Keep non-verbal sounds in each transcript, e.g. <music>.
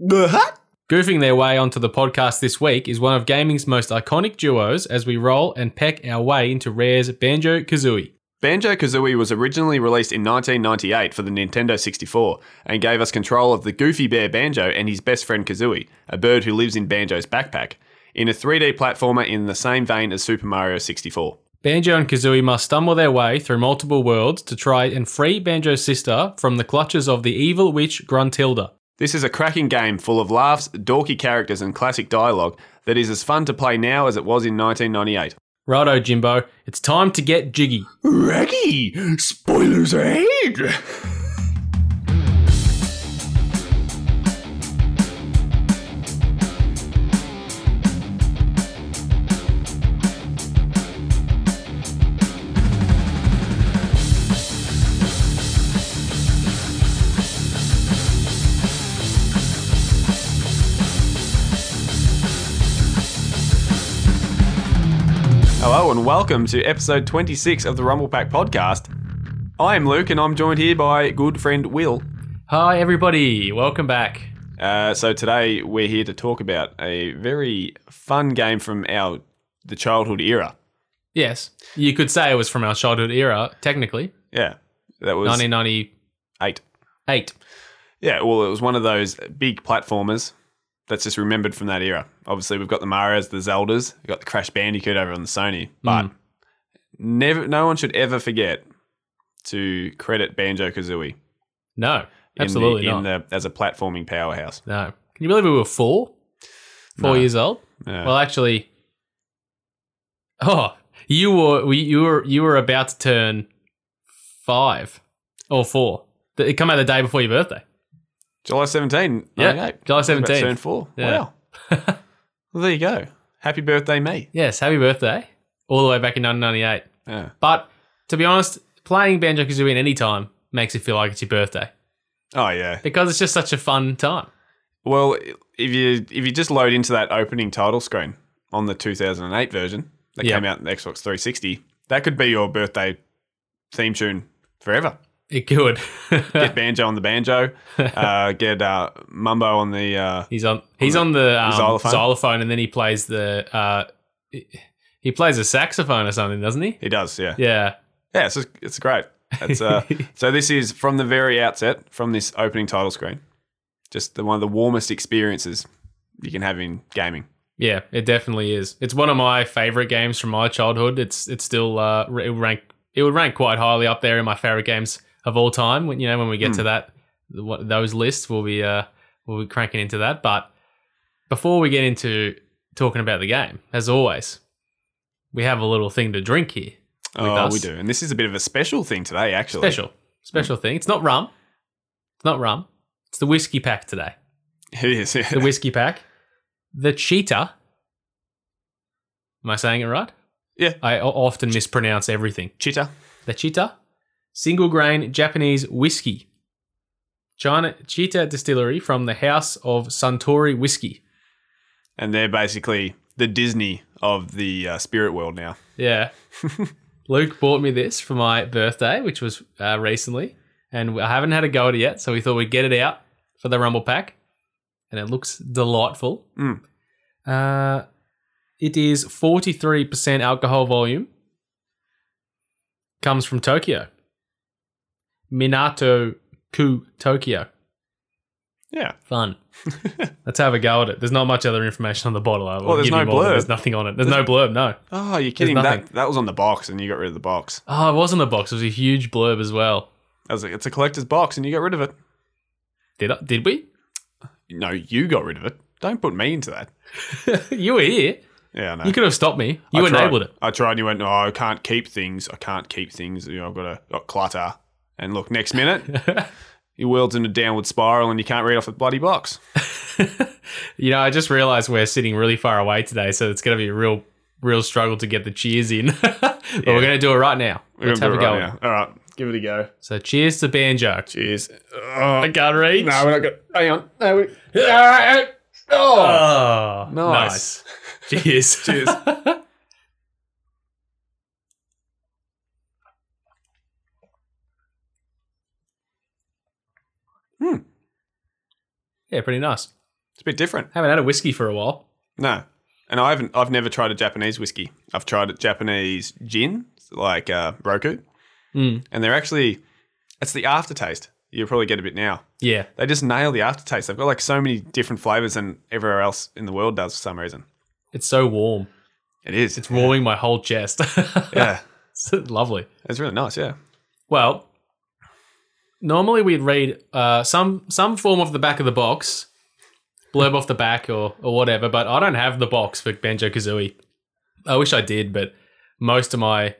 What? Goofing their way onto the podcast this week is one of gaming's most iconic duos as we roll and peck our way into Rare's Banjo Kazooie. Banjo Kazooie was originally released in 1998 for the Nintendo 64 and gave us control of the goofy bear Banjo and his best friend Kazooie, a bird who lives in Banjo's backpack, in a 3D platformer in the same vein as Super Mario 64. Banjo and Kazooie must stumble their way through multiple worlds to try and free Banjo's sister from the clutches of the evil witch Gruntilda. This is a cracking game full of laughs, dorky characters, and classic dialogue that is as fun to play now as it was in 1998. Righto, Jimbo, it's time to get jiggy. Reggie, spoilers ahead. Hello, and welcome to episode 26 of the Rumble Pack podcast. I am Luke, and I'm joined here by good friend Will. Hi, everybody, welcome back. Uh, so today we're here to talk about a very fun game from our the childhood era. Yes, you could say it was from our childhood era, technically, Yeah, that was 1998. eight. Yeah, well, it was one of those big platformers that's just remembered from that era. Obviously, we've got the Mario's, the Zeldas, we've got the Crash Bandicoot over on the Sony, but Mm. never, no one should ever forget to credit Banjo Kazooie. No, absolutely in the, not. in the, as a platforming powerhouse. No. Can you believe we were four? Four No. years old? Yeah. <laughs> Well, actually, oh, you were we- you were you were about to turn five or four. Th- It come out the day before your birthday. July 17, Yeah, 98. July About to turn seventeenth. four. Yeah. Wow. <laughs> well, there you go. Happy birthday, me. Yes, happy birthday! All the way back in nineteen ninety eight. Yeah. But to be honest, playing Banjo Kazooie at any time makes it feel like it's your birthday Oh yeah. because it's just such a fun time. Well, if you if you just load into that opening title screen on the 2008 version that Yeah. came out in the Xbox 360, that could be your birthday theme tune forever. It <laughs> could. Get banjo on the banjo. Uh, get uh, mumbo on the. Uh, <laughs> He's on. He's on the um, xylophone? xylophone. and then he plays the. Uh, he- he plays a saxophone or something, <laughs> doesn't he? he does, yeah. Yeah. Yeah, it's it's great. It's, <laughs> uh, so this is from the very outset, from this opening title screen, just the, one of the warmest experiences you can have in gaming. Yeah, it definitely is. It's one of my favorite games from my childhood. It's it's still uh, r- it rank it would rank quite highly up there in my favorite games of all time. When you know when we get to that what, those lists, we'll be uh, we'll be cranking into that. But before we get into talking about the game, as always, we have a little thing to drink here. Oh, us. we do, and this is a bit of a special thing today, actually. Special special thing. It's not rum. It's not rum. It's the whiskey pack today. <laughs> It is. yeah. The whiskey pack. The cheetah. Am I saying it right? Yeah. I o- often mispronounce everything. Chitter. The cheetah. Single grain Japanese whiskey. China Cheetah Distillery from the House of Suntory Whiskey. and they're basically the Disney of the uh, spirit world now. <laughs> Yeah. Luke bought me this for my birthday, which was uh, recently, and I haven't had a go at it yet, so we thought we'd get it out for the Rumble Pack, and it looks delightful. Mm. Uh, it is 43% alcohol volume. Comes from Tokyo. Minato Ku Tokyo. Yeah, <laughs> Fun. Let's have a go at it. There's not much other information on the bottle. I will Well, there's give you no more, but blurb. There's nothing on it. There's no blurb, no. Oh, you're kidding? That nothing. that was on the box, and you got rid of the box. Oh, it was on the box. It was a huge blurb as well. I was like, it's a collector's box, and you got rid of it. Did I, did we? <laughs> No, you got rid of it. Don't put me into that. you were here. Yeah, I know. You could have stopped me. You I tried. enabled it. I tried, and you went, "No, I can't keep things. I can't keep things. You know, I've got a got clutter." And look, next minute, <laughs> your world's in a downward spiral, and you can't read off the bloody box. You know, I just realized we're sitting really far away today, so it's going to be a real, real struggle to get the cheers in. <laughs> but we're going to do it right now. We're Let's have gonna a do it go. right now. All right, give it a go. So, cheers to Banjo. Cheers. I can't reach. No, we're not going. Hang on. <laughs> No, we- oh. Oh, Nice. nice. <laughs> Cheers. Cheers. Yeah, pretty nice. It's a bit different. Haven't had a whiskey for a while. No. And I haven't I've never tried a Japanese whiskey. I've tried a Japanese gin, like uh, Roku. Mm. And they're actually it's the aftertaste. You'll probably get a bit now. Yeah. They just nail the aftertaste. They've got like so many different flavours than everywhere else in the world does for some reason. It's so warm. It is. It's warming my whole <laughs> chest. <laughs> yeah. It's lovely. It's really nice, yeah. Well, normally we'd read uh, some some form of the back of the box, blurb off the back or or whatever. But I don't have the box for Banjo Kazooie. I wish I did, but most of my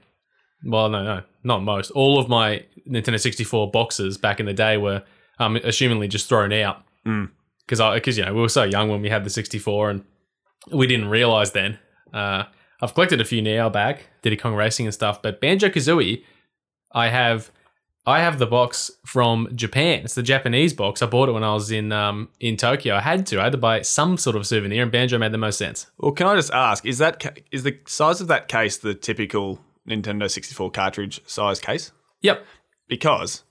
well, no, no, not most. All of my Nintendo sixty four boxes back in the day were, um, assumingly just thrown out Mm. because I because you know we were so young when we had the sixty four and we didn't realize then. Uh, I've collected a few now back, Diddy Kong Racing and stuff, but Banjo Kazooie, I have I have the box from Japan. It's the Japanese box. I bought it when I was in um, in Tokyo. I had to. I had to buy some sort of souvenir, and Banjo made the most sense. Well, can I just ask, is that ca- is the size of that case the typical Nintendo 64 cartridge size case? Yep. <laughs> Because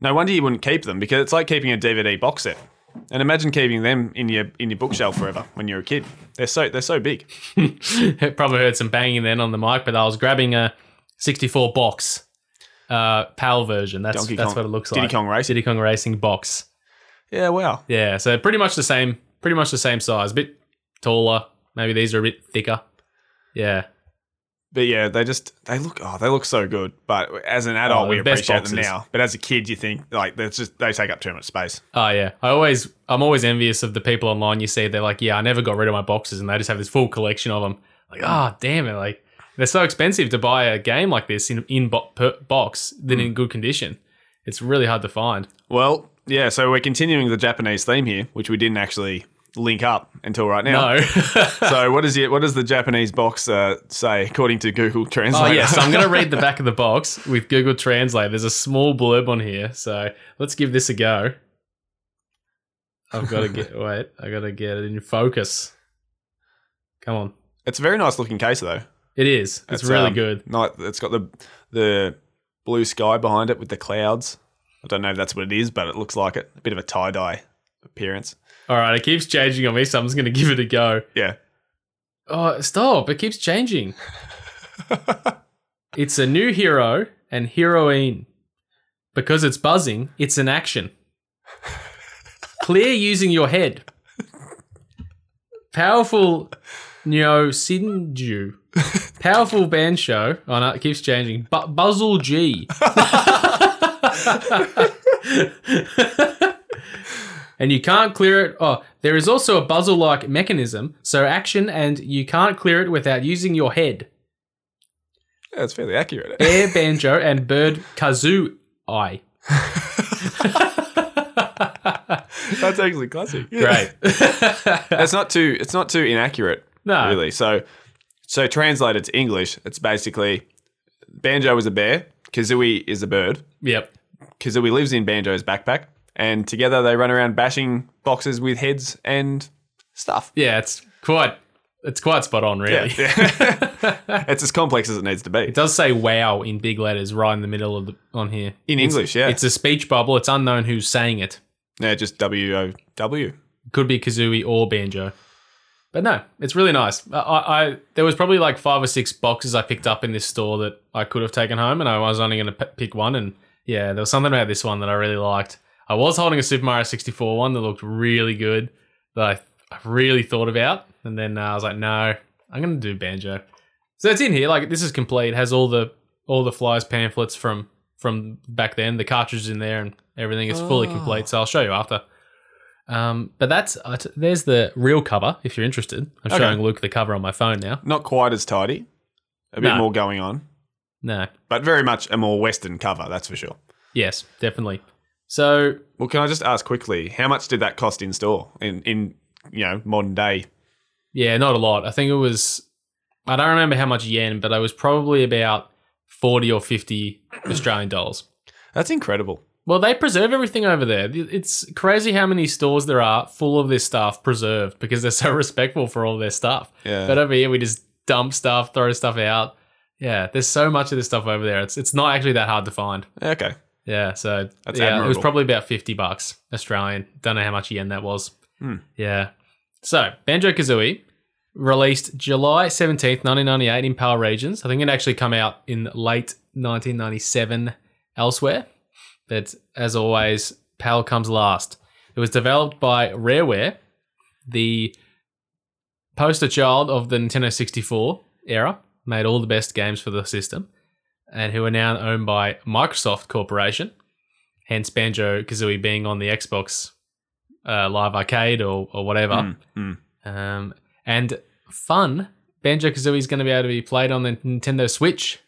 no wonder you wouldn't keep them because it's like keeping a DVD box set. And imagine keeping them in your in your bookshelf forever when you're a kid. They're so they're so big. It Probably heard some banging then on the mic, but I was grabbing a 64 box uh, PAL version. That's Donkey that's Kong- what it looks Diddy like. Kong Racing. Diddy Kong Racing box. Yeah, wow. Yeah, so pretty much the same, pretty much the same size, a bit taller. Maybe these are a bit thicker. Yeah, But yeah, they just they look oh they look so good. But as an adult, Oh, we the best appreciate them boxes. now. But as a kid, you think like that's just they take up too much space. Oh yeah, I always I'm always envious of the people online. You see, they're like, yeah, I never got rid of my boxes, and they just have this full collection of them. Like, ah, damn it, like they're so expensive to buy a game like this in in bo- per- box Hmm. than in good condition. It's really hard to find. Well, yeah. So we're continuing the Japanese theme here, which we didn't actually link up until right now. <laughs> No. <laughs> so what does it? What does the Japanese box uh, say according to Google oh Translate? yeah, so I'm <laughs> gonna read the back of the box with Google Translate. There's a small blurb on here, so let's give this a go. I've got to get <laughs> wait. I got to get it in focus. Come on, it's a very nice looking case though. it is. It's, That's, really um, good. Nice. It's got the the blue sky behind it with the clouds. I don't know if that's what it is, but it looks like it. A bit of a tie dye appearance. All right, it keeps changing on me, so I'm just going to <laughs> give it a go. Yeah. Oh, stop. It keeps changing. it's a new hero and heroine. Because it's buzzing, it's an action. Clear using your head. Powerful Neo Sinju. Powerful Bansho. Oh, no, it keeps changing. Bu- Buzzle G. <laughs> and you can't clear it. Oh, there is also a buzzle like mechanism, so action, and you can't clear it without using your head. Yeah, it's fairly accurate. <laughs> Bear banjo and bird kazoo eye. that's actually classic. Great. It's not too. It's not too inaccurate. <laughs> no. really. So, so translated to English, it's basically Banjo is a bear, Kazooie is a bird. Yep. Kazooie lives in Banjo's backpack, and together they run around bashing boxes with heads and stuff. Yeah, it's quite it's quite spot on, really. <laughs> it's as complex as it needs to be It does say wow in big letters right in the middle of the on here. in English. Yeah, It's a speech bubble, it's unknown who's saying it. yeah, just W O W. could be kazooie or banjo but no it's really nice I, I I- there was probably like five or six boxes i picked up in this store that i could have taken home and i was only going to p- pick one and yeah there was something about this one that i really liked i was holding a super mario 64 one that looked really good that i, I really thought about and then uh, i was like no i'm going to do banjo so it's in here like this is complete it has all the all the flies pamphlets from from back then the cartridges in there and everything is fully Oh. complete so i'll show you after um, but that's uh, t- there's the real cover if you're interested. I'm Okay. showing Luke the cover on my phone now. Not quite as tidy. A bit No. more going on, No, but very much a more Western cover. That's for sure. yes, definitely. So Well, can I just ask quickly, how much did that cost in store in in you know modern day? yeah, not a lot. I think it was I don't remember how much yen, but it was probably about forty or fifty Australian dollars. That's incredible. Well, they preserve everything over there. It's crazy how many stores there are full of this stuff preserved because they're so <laughs> respectful for all their stuff. Yeah. But uh, over here, we just dump stuff, throw stuff out. Yeah, there's so much of this stuff over there. It's it's not actually that hard to find. Okay. Yeah, so That's yeah, it was admirable. probably about fifty bucks Australian. Don't know how much yen that was. Hmm. Yeah. So Banjo Kazooie released July 17th, 1998 in PAL regions. I think it actually come out in late 1997 elsewhere. But as always, PAL comes last. It was developed by Rareware, the poster child of the Nintendo 64 era, made all the best games for the system, and who are now owned by Microsoft Corporation, hence Banjo Kazooie being on the Xbox uh, Live Arcade or, or whatever. Mm, mm. Um, and fun, Banjo Kazooie is going to be able to be played on the Nintendo Switch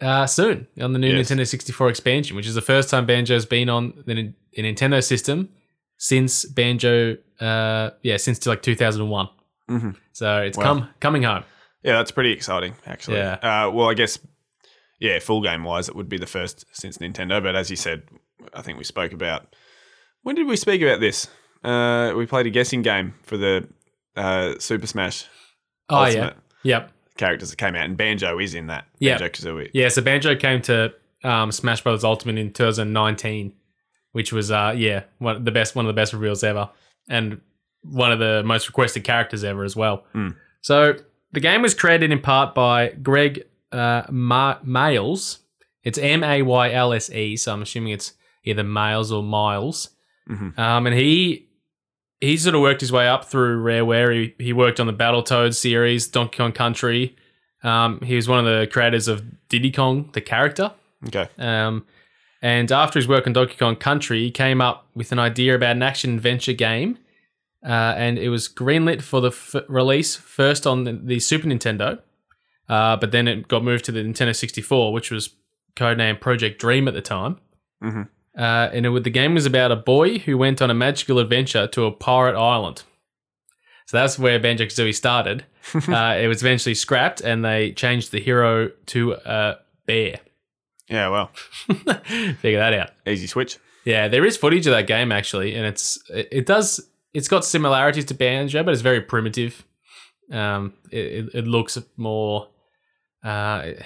uh, soon on the new Yes. Nintendo 64 expansion, which is the first time Banjo's been on the, Nin- the Nintendo system since Banjo, uh, yeah, since like 2001. Mhm. So it's Wow. come coming home. Yeah, that's pretty exciting, actually. Yeah. Uh, well, I guess, yeah, full game wise, it would be the first since Nintendo. But as you said, I think we spoke about. When did we speak about this? Uh, we played a guessing game for the uh, Super Smash Oh Ultimate yeah, yep, characters that came out, and Banjo is in that. Yeah. Banjo Kazooie. yeah. So Banjo came to um, Smash Brothers Ultimate in 2019, which was uh, yeah, one the best one of the best reveals ever, and one of the most requested characters ever as well. Mm. So the game was created in part by Greg uh, Ma- Miles. It's M A Y L S E, so I'm assuming it's either Miles or Miles. Mhm. Um, and he he sort of worked his way up through Rareware. He, he worked on the Battletoads series, Donkey Kong Country. Um, he was one of the creators of Diddy Kong, the character. Okay. Um, and after his work on Donkey Kong Country, he came up with an idea about an action adventure game. Uh, and it was greenlit for the f- release first on the, the Super Nintendo, uh, but then it got moved to the Nintendo 64, which was codenamed Project Dream at the time. Mhm. Uh, and it, would- the game was about a boy who went on a magical adventure to a pirate island. So that's where Banjo Kazooie started. uh, it was eventually scrapped, and they changed the hero to a bear. Yeah, well, <laughs> Figure that out. easy switch. Yeah, there is footage of that game actually, and it's it, it does it's got similarities to Banjo, but it's very primitive. Um, it, it- it looks more, uh, it-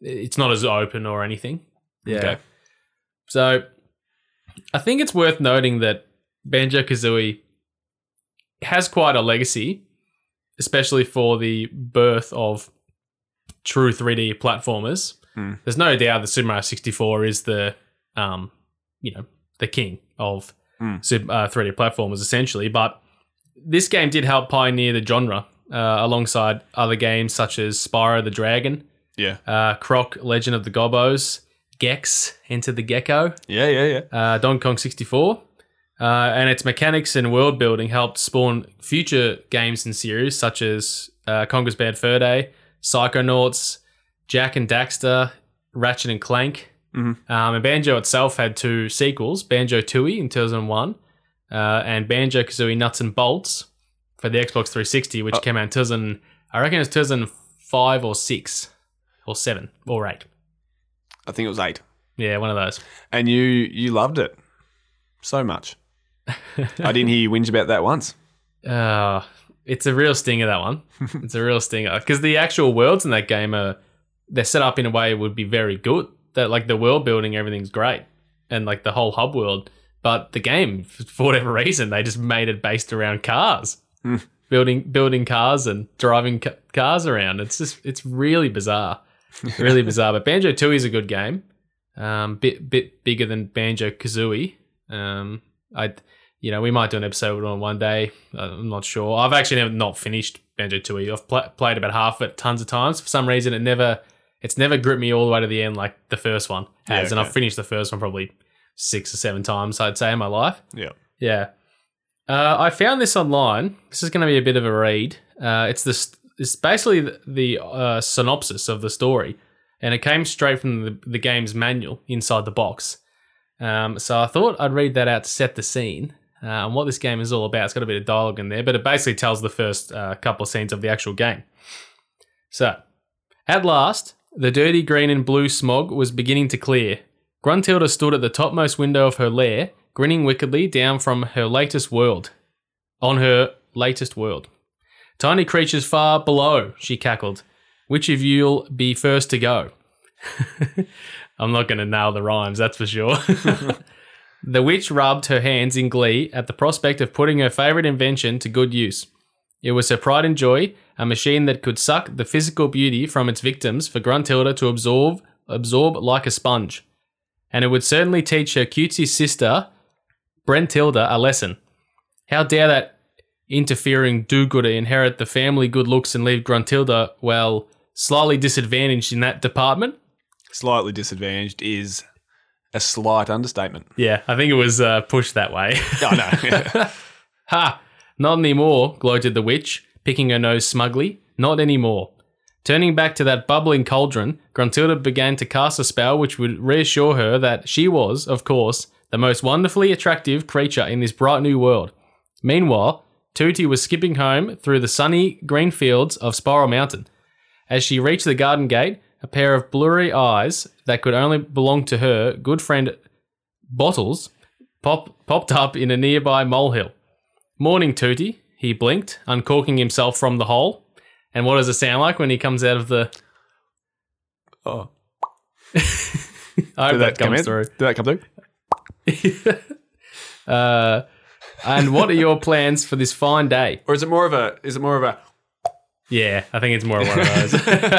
it's not as open or anything. Okay. So, I think it's worth noting that Banjo Kazooie has quite a legacy, especially for the birth of true 3D platformers. Hmm. There's no doubt that Super Mario 64 is the, um, you know, the king of Hmm. sup- uh, 3D platformers, essentially. But this game did help pioneer the genre uh, alongside other games such as Spyro the Dragon, Yeah. uh, Croc, Legend of the Gobbos, Gex, Enter the Gecko, Yeah, yeah, yeah. uh, Donkey Kong 64, uh, and its mechanics and world building helped spawn future games and series such as uh, Conker's Bad Fur Day, Psychonauts, Jack and Daxter, Ratchet and Clank. Mhm. Um, and Banjo itself had two sequels Banjo Tooie in 2001 uh, and Banjo Kazooie Nuts and Bolts for the Xbox 360, which Oh. came out in 2000, I reckon it was 2005 or 6 or 7 or 8. I think it was eight. Yeah, one of those. And you you loved it so <laughs> much. I didn't hear you whinge about that once. Uh, it's a real stinger that one. it's a real stinger because the actual worlds in that game are they're set up in a way would be very good. That like the world building, everything's great, and like the whole hub world. But the game, f- for whatever reason, they just made it based around cars, Hmm. building building cars and driving ca- cars around. It's just it's really bizarre, really bizarre. But Banjo Tooie is a good game, um, bit bit bigger than Banjo Kazooie. Um, I you know, we might do an episode on one day. Uh, I'm not sure. I've actually never not finished Banjo Tooie. I've pl- played about half of it tons of times. For some reason, it never, it's never gripped me all the way to the end like the first one has. Yeah, And okay. I've finished the first one probably six or seven times, I'd say, in my life. Yeah. Yeah. Uh, I found this online. This is going to be a bit of a read. Uh, it's this. It's basically the, the uh, synopsis of the story, and it came straight from the, the game's manual inside the box. Um, so I thought I'd read that out to set the scene uh, and what this game is all about. It's got a bit of dialogue in there, but it basically tells the first uh, couple of scenes of the actual game. So, at last, the dirty green and blue smog was beginning to clear. Gruntilda stood at the topmost window of her lair, grinning wickedly down from her latest world. On her latest world. Tiny creatures far below, she cackled. Which of you'll be <laughs> <laughs> first to go? I'm not going to nail the rhymes, that's for sure. The witch rubbed her hands in glee at the prospect of putting her favorite invention to good use. It was her pride and joy, a machine that could suck the physical beauty from its victims for Gruntilda to absorb absorb like a sponge. And it would certainly teach her cutesy sister, Brentilda, a lesson. How dare that interfering do-gooder inherit the family good looks and leave Gruntilda, well, slightly disadvantaged in that department? Slightly disadvantaged is a slight understatement. Yeah, I think it was uh, pushed that way. <laughs> Oh, <laughs> no. ha! Not anymore, gloated the witch, picking her nose smugly. Not anymore. Turning back to that bubbling cauldron, Gruntilda began to cast a spell which would reassure her that she was, of course, the most wonderfully attractive creature in this bright new world. Meanwhile, Tootie was skipping home through the sunny green fields of Spiral Mountain. As she reached the garden gate, a pair of blurry eyes that could only belong to her good friend Bottles pop- popped up in a nearby molehill. Morning, Tootie, he blinked, uncorking himself from the hole. And what does it sound like when he comes out of the. oh. I hope Did that, that, come comes in? Did that come through? through. uh, and what are your plans for this fine day? Or is it more of a? Is it more of a? Yeah, I think it's more one of those. <laughs>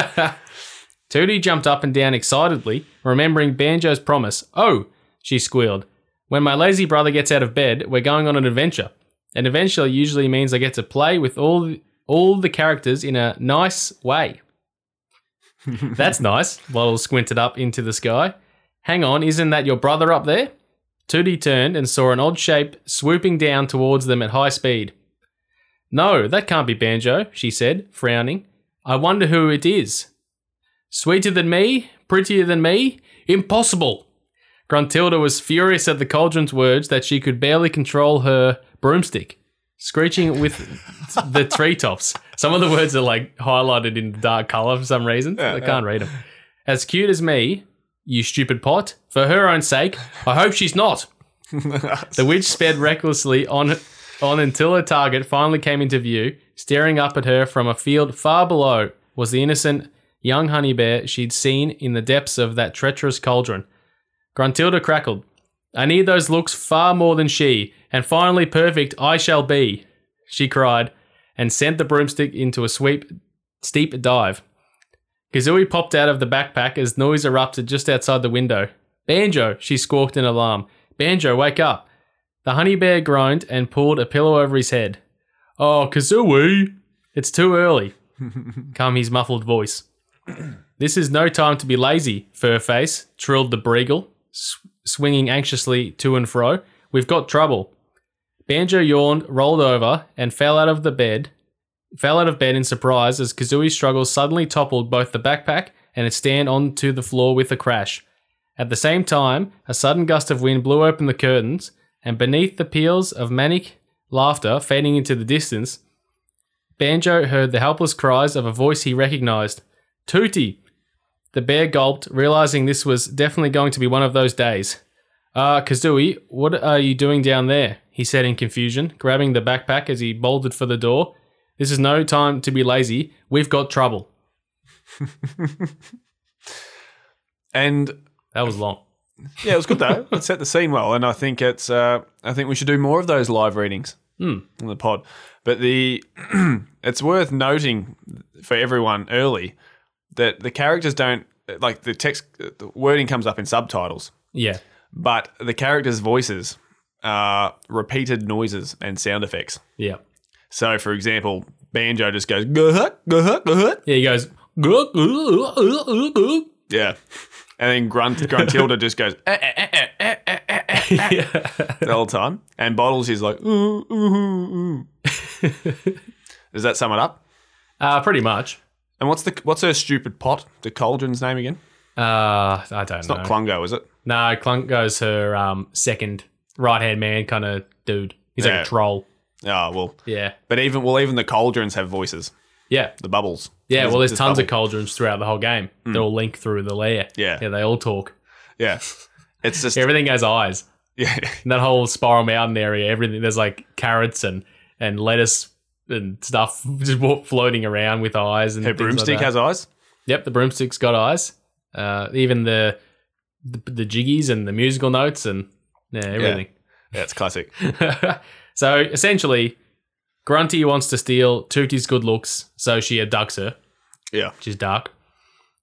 Tootie jumped up and down excitedly, remembering Banjo's promise. Oh, she squealed. When my lazy brother gets out of bed, we're going on an adventure. An adventure usually means I get to play with all all the characters in a nice <laughs> way. That's nice. Waddle squinted up into the sky. Hang on, isn't that your brother up there? Tootie turned and saw an odd shape swooping down towards them at high speed. No, that can't be Banjo, she said, frowning. I wonder who it is. Sweeter than me? Prettier than me? Impossible! Gruntilda was furious at the cauldron's words that she could barely control her broomstick, screeching with the treetops. Some of the words are like highlighted in dark color for some reason. I can't read them. As cute as me, you stupid pot. For her own sake, I hope she's not. The witch sped recklessly on on until her target finally came into view. Staring up at her from a field far below was the innocent young honey bear she'd seen in the depths of that treacherous cauldron. Gruntilda crackled. I need those looks far more than she, and finally perfect I shall be, she cried, and sent the broomstick into a sweep, steep dive. Kazooie popped out of the backpack as noise erupted just outside the window. Banjo, she squawked in alarm. Banjo, wake up. The honey bear groaned and pulled a pillow over his head. Oh, Kazooie, it's too early, come his muffled voice. <clears throat> this is no time to be lazy, Furface, trilled the Breagle, sw- swinging anxiously to and fro. We've got trouble. Banjo yawned, rolled over, and fell out of the bed. Fell out of bed in surprise as Kazooie's struggles suddenly toppled both the backpack and its stand onto the floor with a crash. At the same time, a sudden gust of wind blew open the curtains, and beneath the peals of manic laughter fading into the distance, Banjo heard the helpless cries of a voice he recognized Tootie! The bear gulped, realizing this was definitely going to be one of those days. Uh, Kazooie, what are you doing down there? He said in confusion, grabbing the backpack as he bolted for the door. This is no time to be lazy. We've got trouble. <laughs> And That was long. yeah, it was good <laughs> though. it set the scene well, and I think it's. Uh, I think we should do more of those live readings on the pod. But the <clears throat> it's worth noting for everyone early that the characters don't like the text. The wording comes up in subtitles. Yeah. but the characters' voices are repeated noises and sound effects. Yeah. So, for example, Banjo just goes, "Guh-huh, guh-huh, guh-huh." Yeah, he goes, <laughs> yeah. And then Grunt, Gruntilda just goes, "Eh, eh, eh, eh, eh, eh, eh, eh," the whole time. And Bottles is like, ooh, ooh, ooh, ooh." Does that sum it up? uh, pretty much. And what's the what's her stupid pot, the cauldron's name again? Uh, I don't know. Not Clungo, is it? No, Clunk goes her um, second right hand man kind of dude. He's Yeah. like a troll. Oh, well. Yeah. But even, well, even the cauldrons have voices, Yeah. the bubbles. Yeah. Well, there's Just tons bubble. of cauldrons throughout the whole game. They all link through the lair. Hmm. Yeah. Yeah. They all talk. Yeah. It's <laughs> just, Everything has eyes. yeah. <laughs> And that whole Spiral Mountain area, everything, there's like carrots and, and lettuce and stuff <laughs> just wa- floating around with eyes. And Her things like broomstick that. has eyes. Yep. The broomstick's got eyes. Uh, even the, the, the jiggies and the musical notes and Yeah, everything. Yeah, it's classic. <laughs> so essentially, Grunty wants to steal Tootie's good looks, so she abducts her. Yeah. Which is dark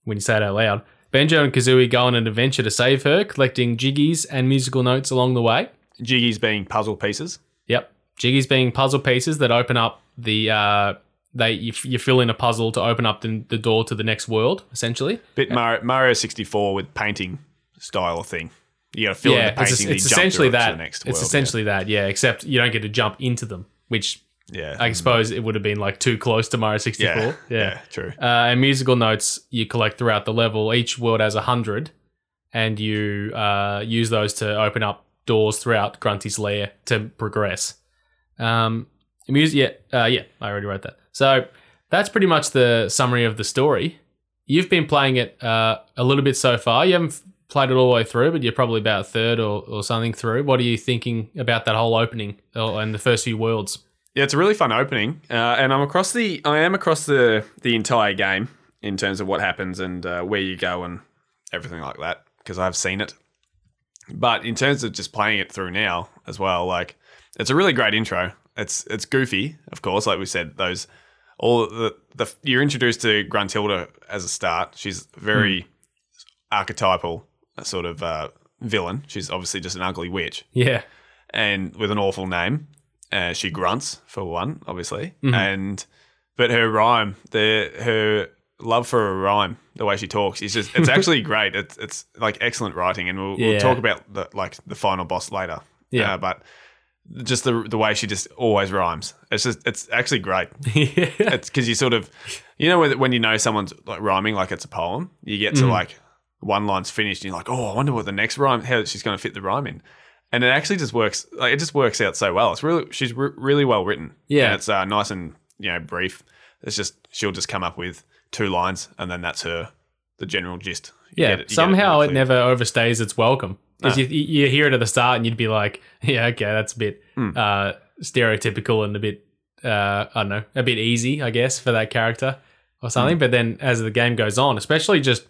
when you say it out loud. Benjo and Kazooie go on an adventure to save her, collecting jiggies and musical notes along the way. Jiggies being puzzle pieces. Yep. Jiggies being puzzle pieces that open up the. Uh, they you, f- you fill in a puzzle to open up the, the door to the next world, essentially. Bit Mario, Mario 64 with painting style thing. You got to fill in the it's, painting. and it's you jump essentially through it that. To the next it's world. essentially that, yeah. Except you don't get to jump into them, which yeah. I suppose it would have been like too close to Mario 64. Mm. <laughs> yeah. yeah. yeah, true. Uh, and musical notes you collect throughout the level. Each world has a hundred, and you uh, use those to open up doors throughout Grunty's lair to progress. Um, music, yeah, uh, yeah, I already wrote that. So that's pretty much the summary of the story. You've been playing it uh, a little bit so far. You haven't f- played it all the way through, but you're probably about a third or, or something through. What are you thinking about that whole opening or, and the first few worlds? Yeah, it's a really fun opening, uh, and I'm across the I am across the the entire game in terms of what happens and uh, where you go and everything like that because I've seen it. But in terms of just playing it through now as well, like it's a really great intro. It's it's goofy, of course, like we said. Those all the, the you're introduced to Gruntilda as a start. She's very archetypal sort of uh, villain. She's obviously just an ugly witch Yeah, <laughs> and with an awful name. Uh, she grunts for one, obviously, Mm-hmm. and but her rhyme, the her love for a rhyme, the way she talks, is just it's <laughs> actually great. It's it's like excellent writing, and we'll, Yeah. we'll talk about the, like the final boss later. Yeah. Uh, but just the the way she just always rhymes. It's just it's actually great. yeah, It's because you sort of you know when, when you know someone's like rhyming like it's a poem, you get Mm. to like one line's finished, and you're like, oh, I wonder what the next rhyme, how she's going to fit the rhyme in, and it actually just works. Like it just works out so well. It's really she's re- really well written. Yeah. and it's uh, nice and you know brief. It's just she'll just come up with two lines, and then that's her the general gist. You yeah. get it- you get Somehow really it clear. never overstays its welcome. Because you, you hear it at the start and you'd be like, <laughs> yeah, okay, that's a bit Hmm. uh, stereotypical and a bit, uh, I don't know, a bit easy, I guess, for that character or something. Hmm. But then as the game goes on, especially just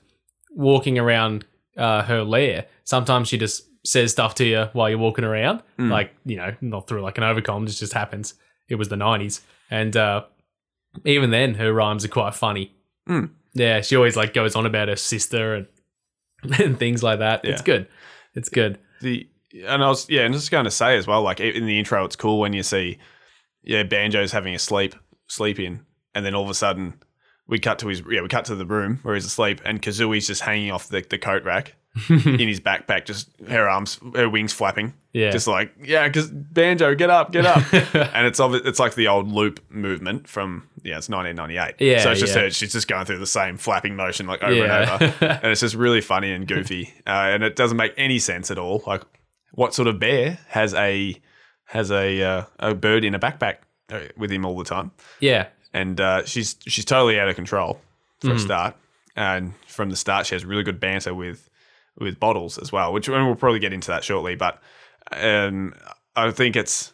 walking around uh, her lair, sometimes she just says stuff to you while you're walking around. Hmm. Like, you know, not through like an overcom, it just happens. It was the 90s. And uh, even then, her rhymes are quite funny. Mm. Yeah, she always like goes on about her sister and <laughs> and things like that. It's Yeah. good. It's good. the and I was yeah, and just going to say as well, like in the intro, it's cool when you see yeah Banjo's having a sleep sleep in, and then all of a sudden we cut to his yeah we cut to the room where he's asleep, and Kazooie's just hanging off the, the coat <laughs> rack in his backpack, just her arms her wings flapping, Yeah. just like yeah, because Banjo get up get <laughs> up, and it's obvi- it's like the old loop movement from yeah it's 1998, Yeah, so it's just yeah. her she's just going through the same flapping motion like over and Yeah. over and it's just really funny and goofy, uh, and it doesn't make any sense at all. Like, what sort of bear has a has a uh, a bird in a backpack uh, with him all the time? <laughs> yeah. <laughs> And uh, she's she's totally out of control for a start. And from the start, she has really good banter with with bottles as well, which and we'll probably get into that shortly. But um, I think it's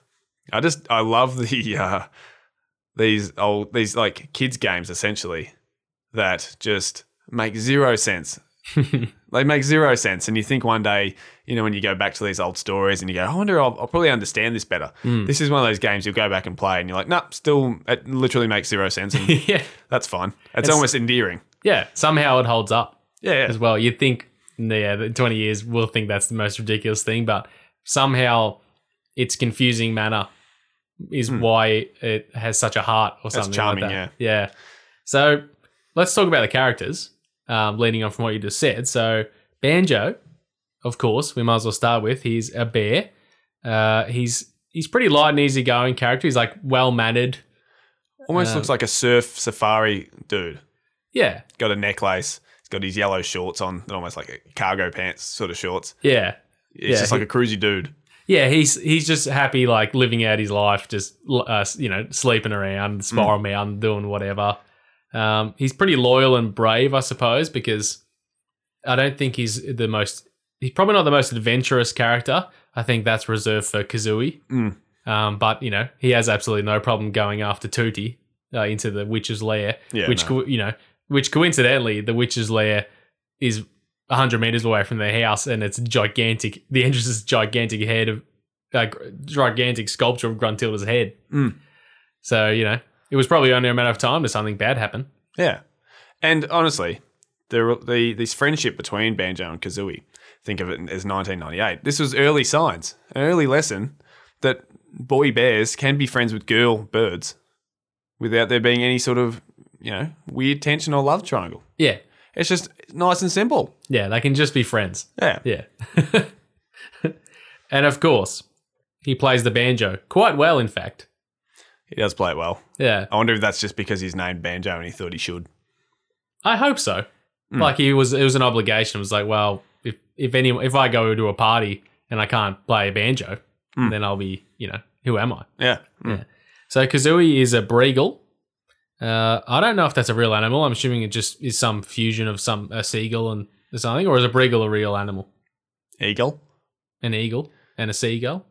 I just I love the uh, these old these like kids games essentially that just make zero sense. Hmm. <laughs> they make zero sense, and you think one day, you know, when you go back to these old stories and you go, I wonder, I'll, I'll probably understand this better. This is one of those games you'll go back and play, and you're like, nah, still, it literally makes zero sense, <laughs> and <laughs> Yeah. that's fine. It's, almost endearing. Yeah. Somehow it holds up Yeah, yeah, as well. You'd think, yeah, that 20 years we'll think that's the most ridiculous thing, but somehow its confusing manner is why it has such a heart or something. Hmm. charming, like that. yeah. Yeah. So let's talk about the characters, um, leading on from what you just said. So Banjo, of course, we might as well start with. He's a bear. Uh, he's he's pretty light and easygoing character. He's like well mannered. almost Um, looks like a surf safari dude. Yeah, Got a necklace. He's got his yellow shorts on, they're almost like a cargo pants sort of shorts. yeah. He's Yeah, just like a cruisy dude. Yeah, he's he's just happy, like living out his life, just uh, you know, sleeping around, spiral mountain, doing whatever. Um, he's pretty loyal and brave, I suppose, because I don't think he's the most. He's probably not the most adventurous character. I think that's reserved for Kazooie. Mm. Um, but you know, he has absolutely no problem going after Tootie uh, into the witch's lair, Yeah, which no. co- you know, which coincidentally, the witch's lair is hundred meters away from their house, and it's gigantic. The entrance is gigantic head of uh, gr- gigantic sculpture of Gruntilda's head. Mm. So you know, it was probably only a matter of time to something bad happen. Yeah, and honestly, the the this friendship between Banjo and Kazooie, think of it as 1998. This was early signs, an early lesson that boy bears can be friends with girl birds, without there being any sort of you know weird tension or love triangle. Yeah, It's just nice and simple. yeah, they can just be friends. Yeah, Yeah, and of course, he plays the banjo quite well. In fact, he does play it well. yeah, I wonder if that's just because he's named Banjo and he thought he should. I hope so. Mm. Like he was, it was an obligation. It was like, well, if if any, if I go to a party and I can't play a banjo, Mm. then I'll be, you know, who am I? Yeah, Mm. Yeah. So Kazooie is a breagle. Uh, I don't know if that's a real animal. I'm assuming it just is some fusion of some a seagull and something, or is a breagle a real animal? eagle. An eagle and a seagull?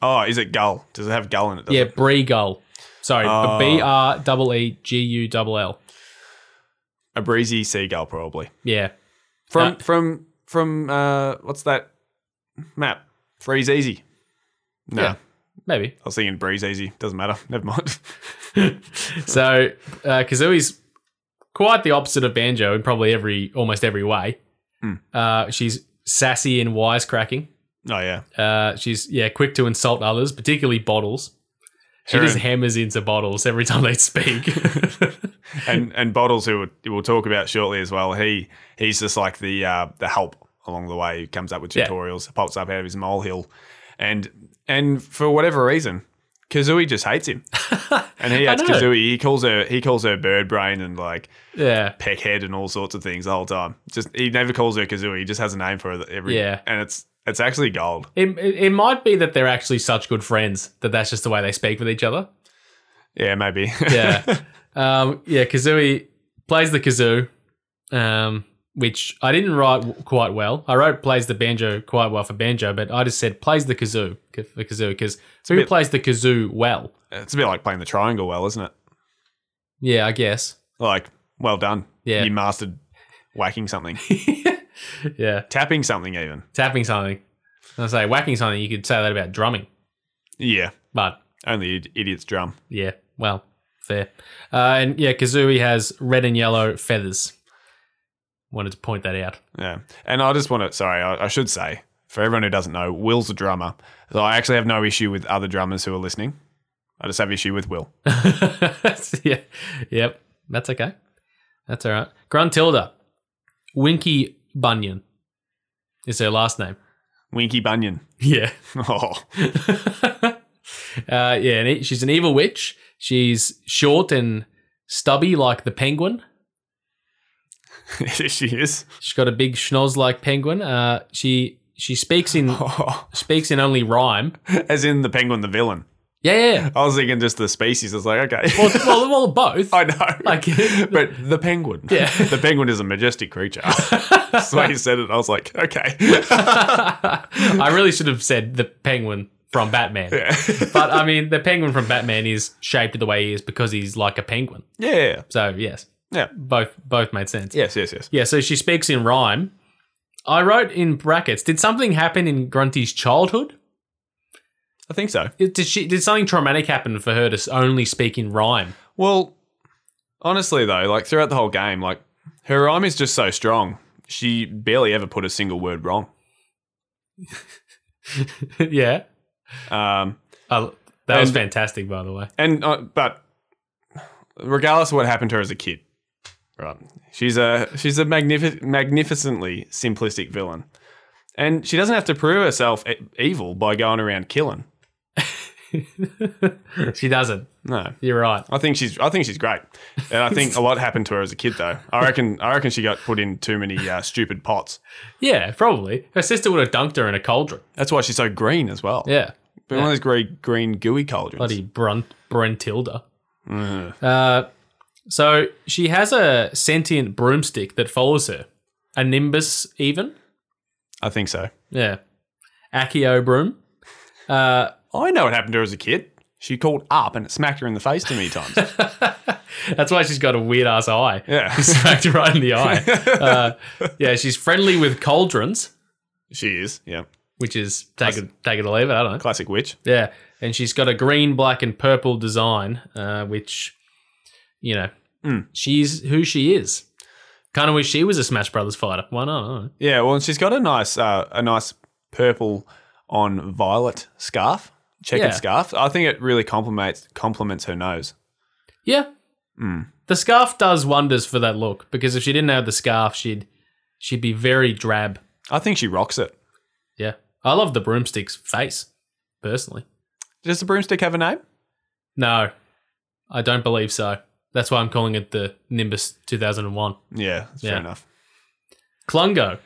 Oh, is it gull? Does it have gull in it? does yeah, it? breagull. Sorry, Oh. B R double E G U double L. a breezy seagull probably. Yeah, from Uh, from from uh what's that map freeze easy no Yeah. maybe. i was thinking breeze easy doesn't matter <laughs> never <laughs> mind so uh, Kazooie's quite the opposite of Banjo in probably every almost every way. Mm. Uh, she's sassy and wisecracking. oh yeah Uh, she's yeah, quick to insult others, particularly bottles. She Her just and- hammers into bottles every time they speak. and and bottles who we'll talk about shortly as well he he's just like the uh the help along the way who comes up with Yeah. tutorials pops up out of his molehill and and for whatever reason Kazooie just hates <laughs> him, and he I hates know. Kazooie. He calls her he calls her bird brain and like yeah, peck head and all sorts of things the whole time. Just he never calls her Kazooie. He just has a name for her every. Yeah. and it's it's actually gold. it, it, it might be that they're actually such good friends that that's just the way they speak with each other. Yeah, maybe. <laughs> Yeah, um, yeah. Kazooie plays the kazoo, um, which I didn't write w- quite well. I wrote plays the banjo quite well for banjo, but I just said plays the kazoo c- for kazoo because who bit- plays the kazoo well? it's a bit like playing the triangle well, isn't it? Yeah, I guess. Like, well done. Yeah. You mastered whacking something, <laughs> yeah, tapping something, even. tapping something. I say whacking something. You could say that about drumming, Yeah, but only id- idiots drum. Yeah, well, fair. Uh, and yeah, Kazooie has red and yellow feathers. Wanted to point that out. Yeah, and I just want to. Sorry, I, I should say for everyone who doesn't know, Will's a drummer, so I actually have no issue with other drummers who are listening. I just have issue with Will. <laughs> yeah, yep, that's okay. That's all right. Gruntilda, Winky Bunyan is her last name. <laughs> Winky Bunyan. <laughs> Yeah. <laughs> Oh, <laughs> uh, yeah, and it- she's an evil witch. She's short and stubby like the penguin. there she is. <laughs> She's got a big schnoz like penguin. Uh, she she speaks in Oh, speaks in only rhyme. as in the penguin, the villain. Yeah, yeah, yeah. I was thinking just the species. I was like, okay. well, <laughs> well, well, <laughs> both. I know. <laughs> Like- <laughs> but the penguin. Yeah. <laughs> The penguin is a majestic creature. <laughs> That's why you said it. I was like, okay. <laughs> Yeah. I really should have said the penguin from Batman. But I mean, the penguin from Batman is shaped the way he is because he's like a penguin. yeah. So yes, Yeah. both both made sense. Yes, yes, yes. Yeah, so she speaks in rhyme. I wrote in brackets. Did something happen in Grunty's childhood? I think so. Did did she? Did something traumatic happen for her to s- only speak in rhyme? <laughs> Well, honestly, though, like throughout the whole game, like her rhyme is just so strong. She barely ever put a single word wrong. yeah, Um, uh, that was And- fantastic, by the way. and uh, but regardless of what happened to her as a kid, right? She's a she's a magnific- magnificently simplistic villain, and she doesn't have to prove herself e- evil by going around killing. <laughs> she doesn't. No, You're right. I think she's I think she's great, and I think a lot happened to her as a kid though. I reckon I reckon she got put in too many uh, stupid pots. Yeah, probably. Her sister would have dunked her in a cauldron. That's why she's so green as well. Yeah. But one of those grey, green gooey cauldrons. Mm. Bloody Brunt Brentilda. Ugh. Uh, so she has a sentient broomstick that follows her. A Nimbus, even. I think so. Yeah. Accio broom. Uh, I know what happened to her as a kid. She called up and it smacked her in the face too many <laughs> times. That's why she's got a weird ass eye. <laughs> Yeah. <laughs> Smacked her right in the eye. Uh, yeah, she's friendly with cauldrons, she is, yeah. which is take it, take it or leave it. I don't know. Classic witch. Yeah, and she's got a green, black, and purple design, uh, which, you know, Mm. she's who she is. Kind of wish she was a Smash Brothers fighter. Why not? I don't know. Yeah, well, and she's got a nice, uh, a nice purple on violet scarf, checkered Yeah. scarf. I think it really complements complements her nose. Yeah, Mm. the scarf does wonders for that look because if she didn't have the scarf, she'd she'd be very drab. I think she rocks it. Yeah, I love the broomstick's face personally. Does the broomstick have a name? No, I don't believe so. That's why I'm calling it the Nimbus 2001. Yeah, that's Yeah. fair enough. Klungo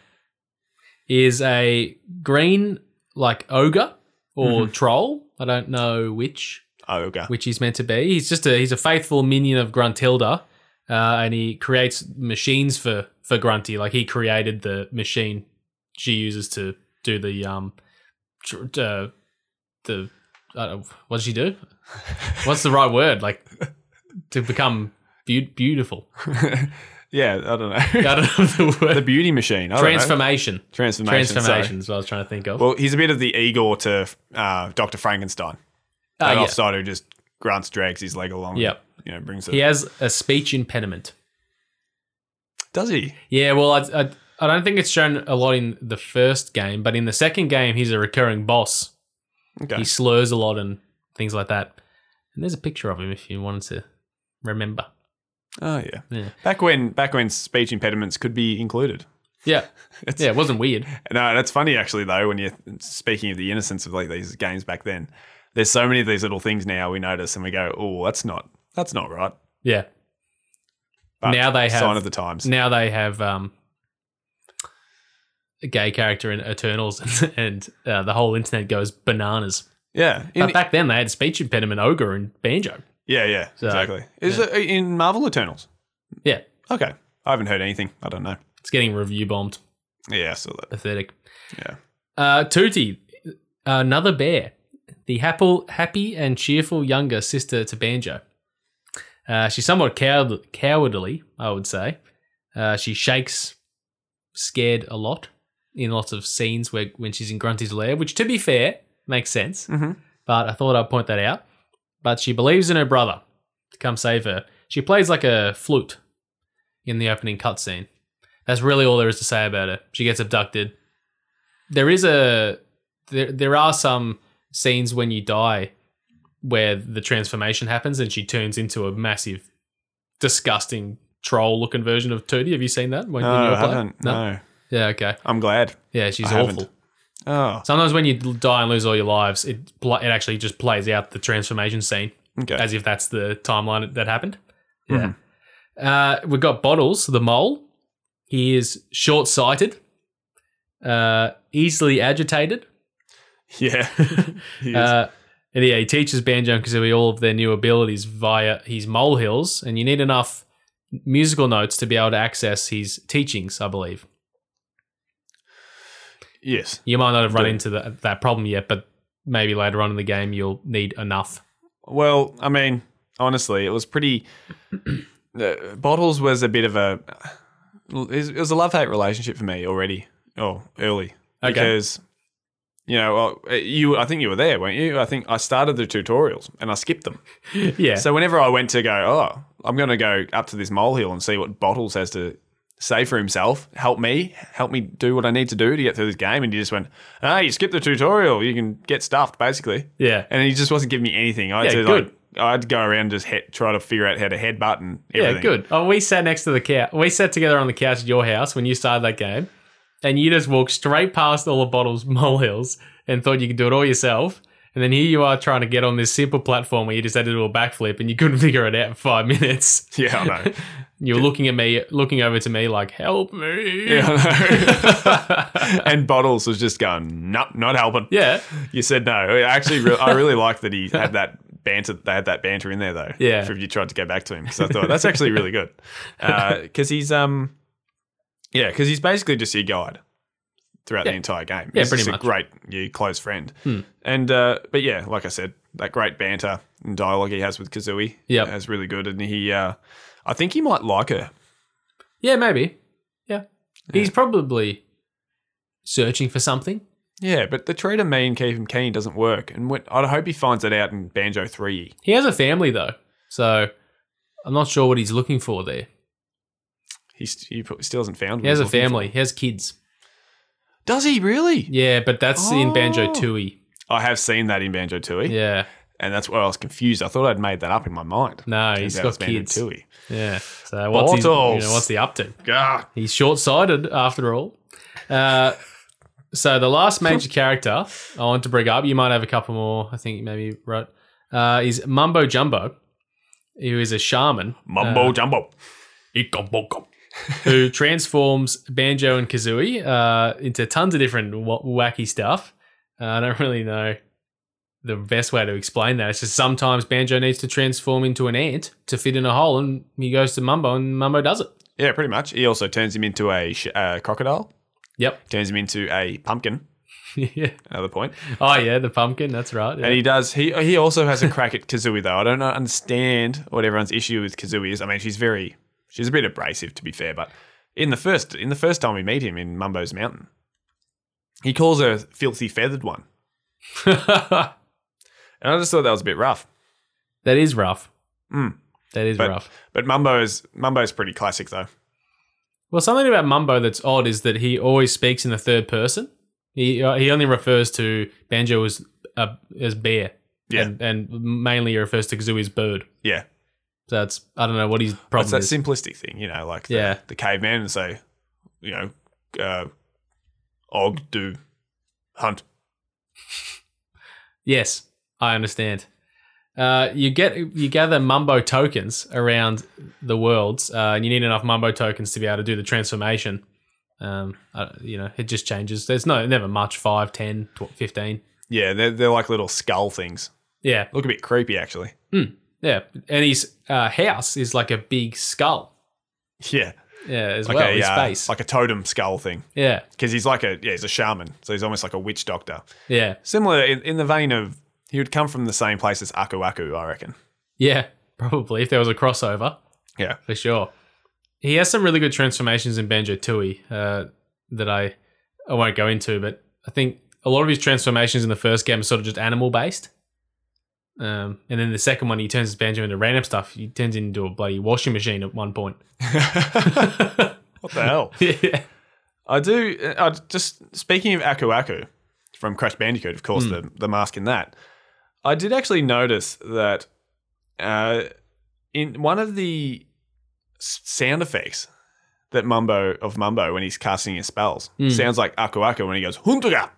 is a green like ogre or troll. I don't know which Ogre. which he's meant to be. He's just a he's a faithful minion of Gruntilda, uh, and he creates machines for for Grunty. Like he created the machine she uses to do the um tr- uh, the uh, what does she do? What's the right word? Like to become beau- beautiful. <laughs> <laughs> yeah, I don't know. I don't know the <laughs> the word. beauty machine. I don't know. Transformation. Transformation. sorry. Transformation is what I was trying to think of. Well, he's a bit of the Igor to uh, Doctor Frankenstein. Ah, That yeah. offside who just grunts, drags his leg along. and, Yep. you know, brings it. He has a speech impediment. Does he? Yeah, well, I, I, I don't think it's shown a lot in the first game, but in the second game, he's a recurring boss. Okay. He slurs a lot and things like that. And there's a picture of him if you wanted to remember. oh yeah. Yeah. Back when, back when speech impediments could be included. Yeah. <laughs> It's- yeah, it wasn't weird. No, that's funny actually though. When you're speaking of the innocence of like these games back then, there's so many of these little things now we notice and we go, oh, that's not, that's not right. Yeah. But Now they have- sign of the times. Now they have um, a gay character in Eternals, <laughs> and uh, the whole internet goes bananas. yeah, in, but back then, they had speech impediment ogre and banjo. yeah, yeah, So, exactly. Is yeah. it uh, in Marvel Eternals? Yeah, Okay, I haven't heard anything. I don't know. it's getting review bombed. Yeah, I saw that. Pathetic. Yeah. Uh, Tutti, another bear, the happy, happy and cheerful younger sister to Banjo. Uh, she's somewhat cow- cowardly, I would say. Uh, she shakes scared a lot in lots of scenes where when she's in Grunty's lair, which to be fair makes sense. Mhm. But I thought I'd point that out. But she believes in her brother to come save her. She plays like a flute in the opening cutscene. That's really all there is to say about her. She gets abducted. There is a there there are some scenes when you die where the transformation happens and she turns into a massive, disgusting troll looking version of Tootie. Have you seen that? When, when you No, were I playing? haven't. No. Yeah. Okay. I'm glad. Yeah. She's I haven't. awful. Oh, Sometimes when you die and lose all your lives, it pl- it actually just plays out the transformation scene okay. as if that's the timeline that happened. Yeah. Mm-hmm. Uh, we've got Bottles, the mole. He is short sighted, uh, easily agitated. <laughs> yeah. He is. Uh, and yeah, he teaches Banjo and Kazooie all of their new abilities via his mole hills, and you need enough musical notes to be able to access his teachings, I believe. <laughs> yes. You might not have run Do- into the, that problem yet, but maybe later on in the game you'll need <laughs> enough. Well, I mean, honestly, it was pretty. <clears throat> uh, Bottles was a bit of a. It was a love hate relationship for me already. Oh, early. Okay. Because, you know, well, eh, you. I think you were there, weren't you? I think I started the tutorials and I skipped them. Yeah. So whenever I went to go, oh, I'm going to go up to this molehill and see what Bottles has to say for himself. Help me, help me do what I need to do to get through this game. And he just went, ah, you skipped the tutorial. You can get stuffed, basically. yeah. And he just wasn't giving me anything. I had Yeah, to good. like, I had to go around and just he- try to figure out how to headbutt and everything. Yeah, good. Oh, we sat next to the couch. We sat together on the couch at your house when you started that game, and you just walked straight past all the bottles, <laughs> molehills, and thought you could do it all yourself. And then here you are trying to get on this simple platform where you just had to do a backflip and you couldn't <laughs> figure it out in five minutes. <laughs> <laughs> Yeah, I know. You were looking at me, looking over to me like, "Help me!" Yeah, <laughs> I know. <laughs> and Bottles was just going, nope, not helping. yeah, You said no. I Actually, re- I really like that <laughs> he had that banter. They had that banter in there though. Yeah. If you tried to go back to him, because I thought that's actually really good. <laughs> Because he's um, yeah, because he's basically just your guide throughout the Yeah. entire game. Yeah, he's pretty just much. Hmm. A great, your close friend. And uh, but yeah, like I said, that great banter. and dialogue he has with Kazooie. Yep. that's really good. And he, uh, I think he might like her. Yeah, maybe. Yeah. He's probably searching for something. Yeah, but the traitor main keep him keen doesn't work, and when, I hope he finds it out in Banjo Three. He has a family though, so I'm not sure what he's looking for there. He, st- he probably still hasn't found. what He has he's a looking family. He has kids. for. Does he really? Yeah, but that's in Banjo Oh. Tooie. I have seen that in Banjo Tooie, Yeah. and that's why I was confused. I thought I'd made that up in my mind. No, Turns he's out got it's Banjo kids. Tooie. Yeah. So what's he, you know, Bottles. what's he up to? Ah, He's short sighted after all. Uh, so the last <laughs> major character I want to bring up, you might have a couple more. I think maybe right uh, is Mumbo Jumbo, who is a shaman Uh, mumbo jumbo. who transforms Banjo and Kazooie uh, into tons of different w- wacky stuff. Uh, I don't really know the best way to explain that. It's just sometimes Banjo needs to transform into an ant to fit in a hole, and he goes to Mumbo, and Mumbo does it. Yeah, pretty much. He also turns him into a sh- uh, crocodile. Yep. <laughs> Turns him into a pumpkin. yeah. Another point. Oh yeah, the pumpkin. That's right. Yeah. And he does. He he also has a crack at Kazooie though. I don't know- understand what everyone's issue with Kazooie is. I mean, she's very she's a bit abrasive to be fair, but in the first in the first time we meet him in Mumbo's Mountain, he calls her filthy feathered one, <laughs> that and I just thought that was a bit rough. is rough. Mm. That is But- rough. But Mumbo's Mumbo's pretty classic though. Well, something about Mumbo that's odd is that he always speaks in the third person. He uh, he only refers to Banjo as uh, as bear. Yeah. And, and mainly he refers to Kazooie as bird. Yeah, So that's I don't know what his But it's problem that is. simplistic thing, you know, like the, Yeah. the caveman and say, you know, uh, og do hunt. yes, I understand. Uh, you get you gather Mumbo tokens around the worlds, uh, and you need enough Mumbo tokens to be able to do the transformation. Um, I, you know, it just changes. There's no never much 5, 10, 12, 15. Yeah, they're, they're like little skull things. Yeah, Look a bit creepy actually. <laughs> yeah. And his uh, house is like a big skull. Yeah, Yeah, as like well. a his uh, face. like a totem skull thing. yeah, because he's like a yeah, he's a shaman, so he's almost like a witch doctor. yeah, Similar in, in the vein of he would come from the same place as Aku Aku, I reckon. <laughs> yeah. Probably if there was a crossover. Yeah. for sure. He has some really good transformations in Banjo Tooie uh, that I I won't go into, but I think a lot of his transformations in the first game are sort of just animal based. Um, and then the second one, he turns his banjo into random stuff. He turns it into a bloody washing machine at one point. <laughs> What the hell? yeah. I do. uh, I just speaking of Aku Aku from Crash Bandicoot, of course, the the mask in that. I did actually notice that uh, in one of the s- sound effects that Mumbo of Mumbo when he's casting his spells sounds like Aku Aku when he goes Huntuga,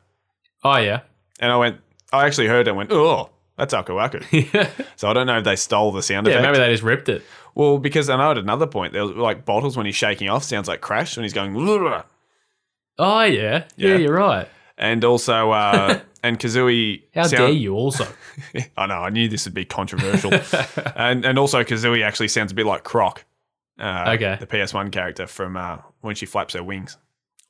Oh yeah. <laughs> and I went. I actually heard it and went, oh, that's Aku Aku. yeah. So I don't know if they stole the sound effect. Maybe they just ripped it. Well, because I know at another point there was like bottles when he's shaking off sounds like crash when he's going, "Rrrr." Oh yeah. Yeah, Yeah. you're right. and also <laughs> uh, and Kazooie. How sound- dare you? <laughs> Also. I know I knew this would be controversial, and and also Kazooie actually sounds a bit like Croc. Uh, Okay. the PS1 character from uh, when she flaps her wings,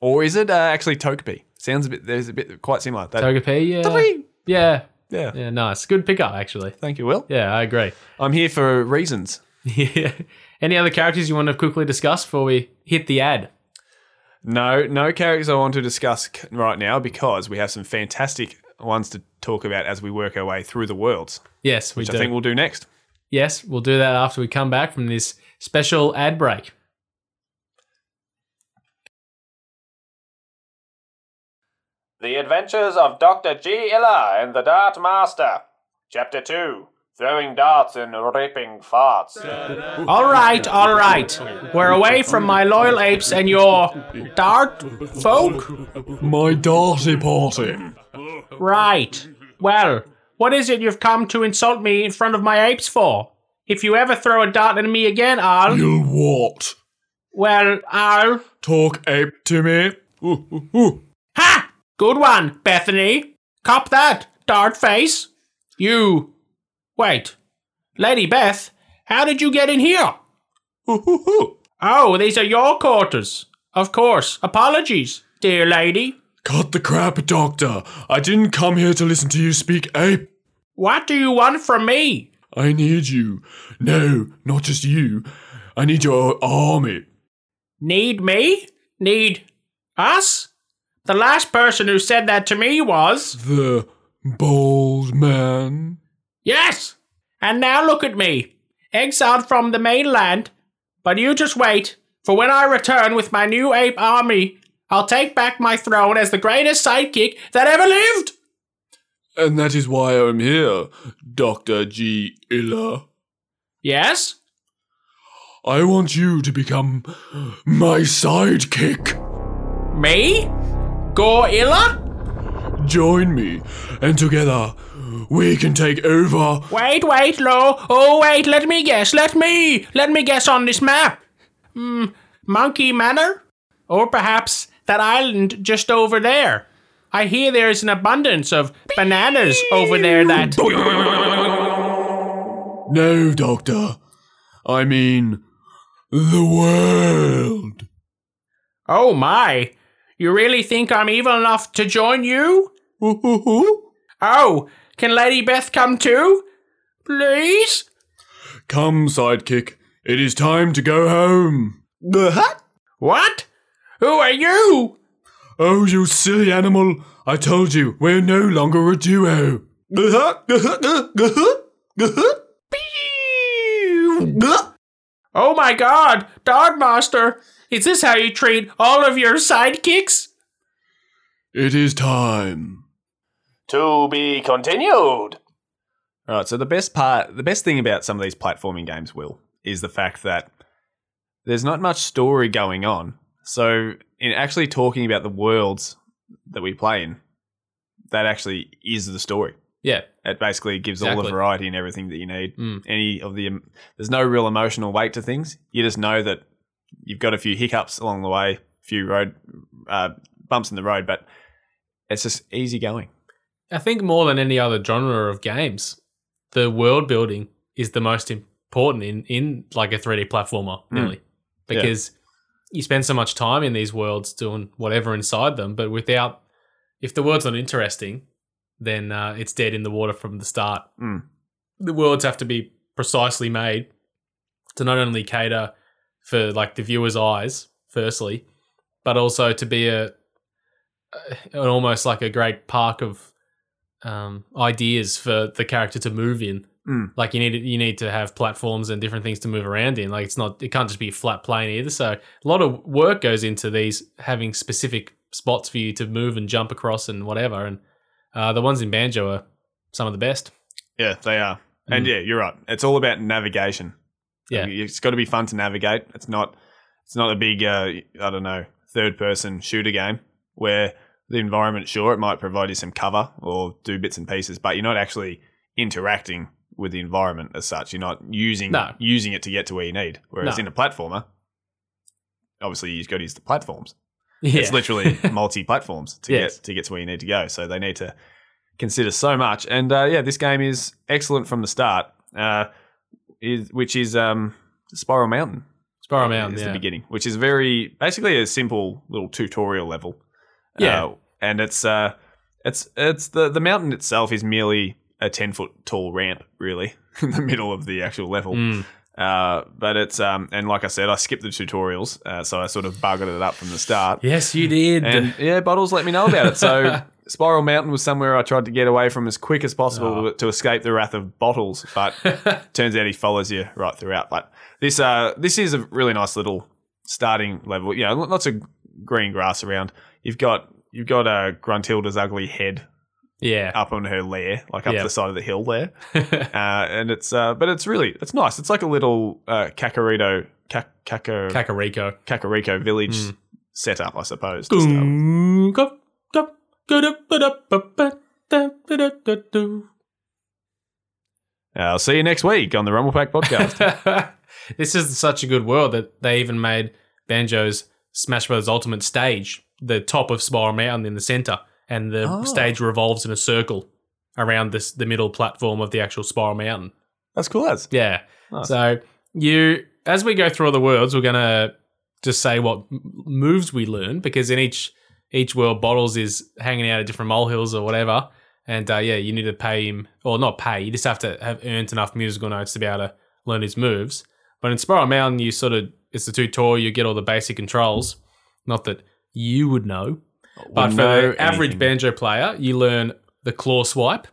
or is it uh, actually Togepi? Sounds a bit. There's a bit quite similar. That, Togepi. Yeah. Togepi! Yeah. Yeah. Yeah. Nice. Good pickup actually. Thank you, Will. Yeah, I agree. <laughs> I'm here for reasons. Yeah. Any other characters you want to quickly discuss before we hit the ad? No, no characters I want to discuss c- right now because we have some fantastic ones to talk about as we work our way through the worlds, Yes, we which do. I think we'll do next. yes, we'll do that after we come back from this special ad break. The Adventures of Dr. G. Illa and the Dart Master. Chapter 2 Throwing Darts and Ripping Farts. All right, all right. We're away from my loyal apes and your dart folk. My darty party. Right. Well, what is it you've come to insult me in front of my apes for? If you ever throw a dart at me again, I'll. You what? Well, I'll. Talk ape to me? Ooh, ooh, ooh. Ha! Good one, Bethany. Cop that, dart face. You. Wait. Lady Beth, how did you get in here? Ooh, ooh, ooh. Oh, these are your quarters. Of course. Apologies, dear lady. Cut the crap, doctor. I didn't come here to listen to you speak ape. What do you want from me? I need you. No, not just you. I need your army. Need me? Need us? The last person who said that to me was. The bold man. Yes! And now look at me, exiled from the mainland. But you just wait, for when I return with my new ape army, I'll take back my throne as the greatest sidekick that ever lived! And that is why I'm here, Dr. G. Iller. Yes? I want you to become my sidekick. Me? Gorilla? Join me, and together we can take over. Wait, wait, lo. Oh, wait, let me guess, let me! Let me guess on this map. Hmm, Monkey Manor? Or perhaps that island just over there. I hear there is an abundance of bananas over there that. No, Doctor. I mean, the world. Oh my! You really think I'm evil enough to join you? Oh, can Lady Beth come too? Please? <laughs> Come, sidekick. It is time to go home. What? Who are you? Oh, you silly animal. I told you, we're no longer a duo. Oh my god, Dogmaster! Is this how you treat all of your sidekicks? It is time. To be continued. All right. So the best part, the best thing about some of these platforming games, Will, is the fact that there's not much story going on. So in actually talking about the worlds that we play in, that actually is the story. Yeah. It basically gives all the Exactly. variety and everything that you need. Mm. Any of the em- there's no real emotional weight to things. You just know that you've got a few hiccups along the way, a few road uh, bumps in the road, but it's just easy going. I think more than any other genre of games, the world building is the most important in, in like a 3D platformer, Mm. really. Yeah. Because you spend so much time in these worlds doing whatever inside them, but without, if the world's not interesting, then uh, it's dead in the water from the start. Mm. The worlds have to be precisely made to not only cater for like the viewer's eyes, firstly, but also to be a, an almost like a great park of um, ideas for the character to move in. Mm. Like you need you need to have platforms and different things to move around in. Like it's not it can't just be a flat plane either. So a lot of work goes into these having specific spots for you to move and jump across and whatever. And uh, the ones in Banjo are some of the best. Yeah, they are. And Mm. yeah, you're right. It's all about navigation. Yeah. Um, it's got to be fun to navigate. It's not. It's not a big. Uh, I don't know. Third person shooter game where the environment. Sure, it might provide you some cover or do bits and pieces, but you're not actually interacting with the environment as such. You're not using No. using it to get to where you need. Whereas No. in a platformer, obviously you've got to use the platforms. Yeah. It's <laughs> literally multi platforms to Yes. get to get to where you need to go. So they need to consider so much. And uh, yeah, this game is excellent from the start. Uh, is which is um, Spiral Mountain Sparrow Mountain. is Yeah. the beginning, which is very basically a simple little tutorial level. Yeah. Uh, and it's uh, it's it's the the mountain itself is merely a ten foot tall ramp, really, <laughs> in the middle of the actual level. Mm. Uh, but it's um, and like I said, I skipped the tutorials, uh, so I sort of buggered it up from the start. Yes, you did. And yeah, Bottles let me know about it. So Spiral Mountain was somewhere I tried to get away from as quick as possible Oh. to escape the wrath of Bottles, but turns out he follows you right throughout. But this uh this is a really nice little starting level. You know, lots of green grass around. You've got you've got uh, Gruntilda's ugly head <laughs> <laughs> yeah. up on her lair, like up Yeah. the side of the hill there. Uh, and it's uh but it's really it's nice. It's like a little uh Kakarito Kak- Kakar- Kakariko. Kakariko village Mm. setup, I suppose. uh, to start with. this I'll Uh, see you next week on the Rumble Pack podcast. <laughs> is such a good world that they even made Banjo's Smash Bros. Ultimate stage, the top of Spiral Mountain in the center, and the Oh. stage revolves in a circle around this the middle platform of the actual Spiral Mountain. <laughs> That's cool. That's Yeah. Nice. So you, as we go through all the worlds, we're gonna just say what m- moves we learn because in each each world, bottles is hanging out at different molehills or whatever, And uh, yeah, you need to pay him, or not pay. You just have to have earned enough musical notes to be able to learn his moves. But in Spiral Mountain, you sort of it's the tutorial. You get all the basic controls. Not that you would know, but for know the average anything. banjo player, you learn the claw swipe.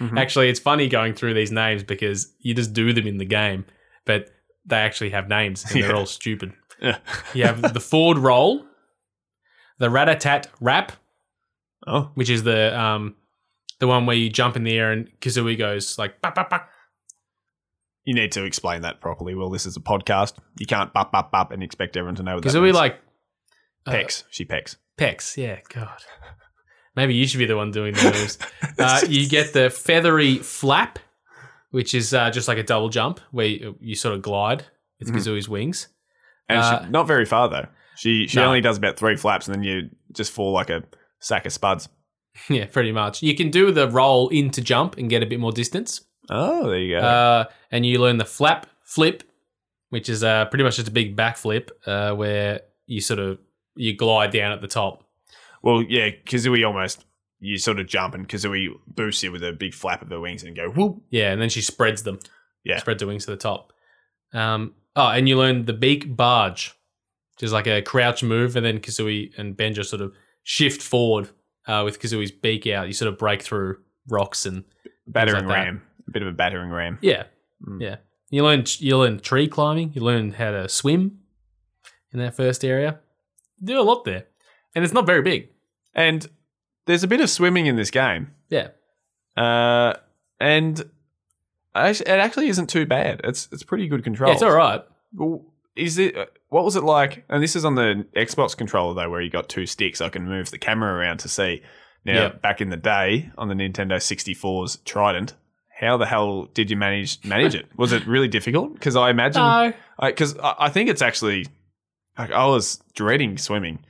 Mhm. Actually, it's funny going through these names because you just do them in the game, but they actually have names and they're Yeah. all stupid. Yeah. <laughs> You have the Ford roll, the rat-a-tat rap, Oh, which is the um, the one where you jump in the air and Kazooie goes like "Bap, bap, bap." you need to explain that properly. Well, this is a podcast. You can't bop bop bop and expect everyone to know what that Kazooie means. like uh, pecks. she pecks. Pecs, yeah, <laughs> God. Maybe you should be the one doing the moves. uh, you get the feathery flap, which is uh, just like a double jump where you, you sort of glide with Mhm. Kazooie's wings. and uh, she, not very far though. She she No. only does about three flaps, and then you just fall like a sack of spuds. yeah, pretty much. You can do the roll into jump and get a bit more distance. Oh, there you go. Uh, and you learn the flap flip, which is uh, pretty much just a big backflip uh, where you sort of you glide down at the top. well, yeah, Kazooie almost. You sort of jump, and Kazooie boosts you with a big flap of her wings and go whoop. Yeah, and then she spreads them. Yeah. Spreads the wings to the top. Um, oh, and you learn the beak barge, which is like a crouch move, and then Kazooie and Benjo sort of shift forward uh, with Kazooie's beak out. You sort of break through rocks and Battering like that. ram, a bit of a battering ram. yeah, Mm. yeah. You learn you learn tree climbing. You learn how to swim in that first area. You do a lot there, and it's not very big. And there's a bit of swimming in this game. Yeah. Uh, and act- it actually isn't too bad. It's it's pretty good control. Yeah, it's all right. Well, Is it? uh, What was it like? And this is on the Xbox controller though, where you got two sticks. I can move the camera around to see. Now, Yeah. back in the day on the Nintendo 64's Trident, how the hell did you manage manage it? Was it really difficult? Because I imagine No, because I, I think it's actually like I was dreading swimming.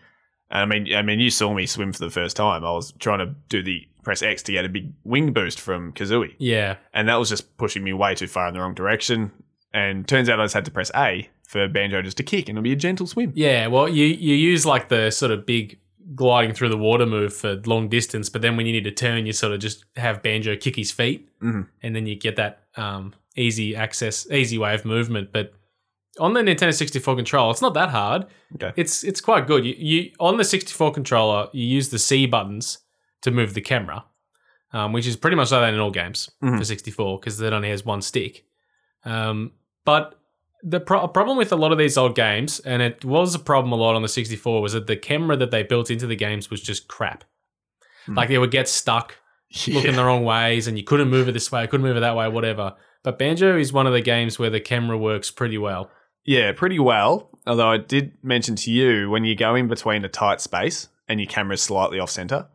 I mean, I mean, you saw me swim for the first time. I was trying to do the press X to get a big wing boost from Kazooie, yeah, and that was just pushing me way too far in the wrong direction. And turns out I just had to press A for Banjo just to kick, and it'll be a gentle swim. Yeah, well, you you use like the sort of big gliding through the water move for long distance, but then when you need to turn, you sort of just have Banjo kick his feet, Mhm. and then you get that um, easy access, easy way of movement. But on the Nintendo 64 controller, it's not that hard. Okay. It's it's quite good. You, you on the 64 controller, you use the C buttons to move the camera, um, which is pretty much like that in all games Mhm. for 64 because it only has one stick. Um, but the pro- problem with a lot of these old games, and it was a problem a lot on the 64, was that the camera that they built into the games was just crap. Hmm. Like they would get stuck looking the wrong ways, and you couldn't move it this way, couldn't move it that way, whatever. But Banjo is one of the games where the camera works pretty well. Yeah, pretty well. Although I did mention to you when you go in between a tight space and your camera's slightly off center,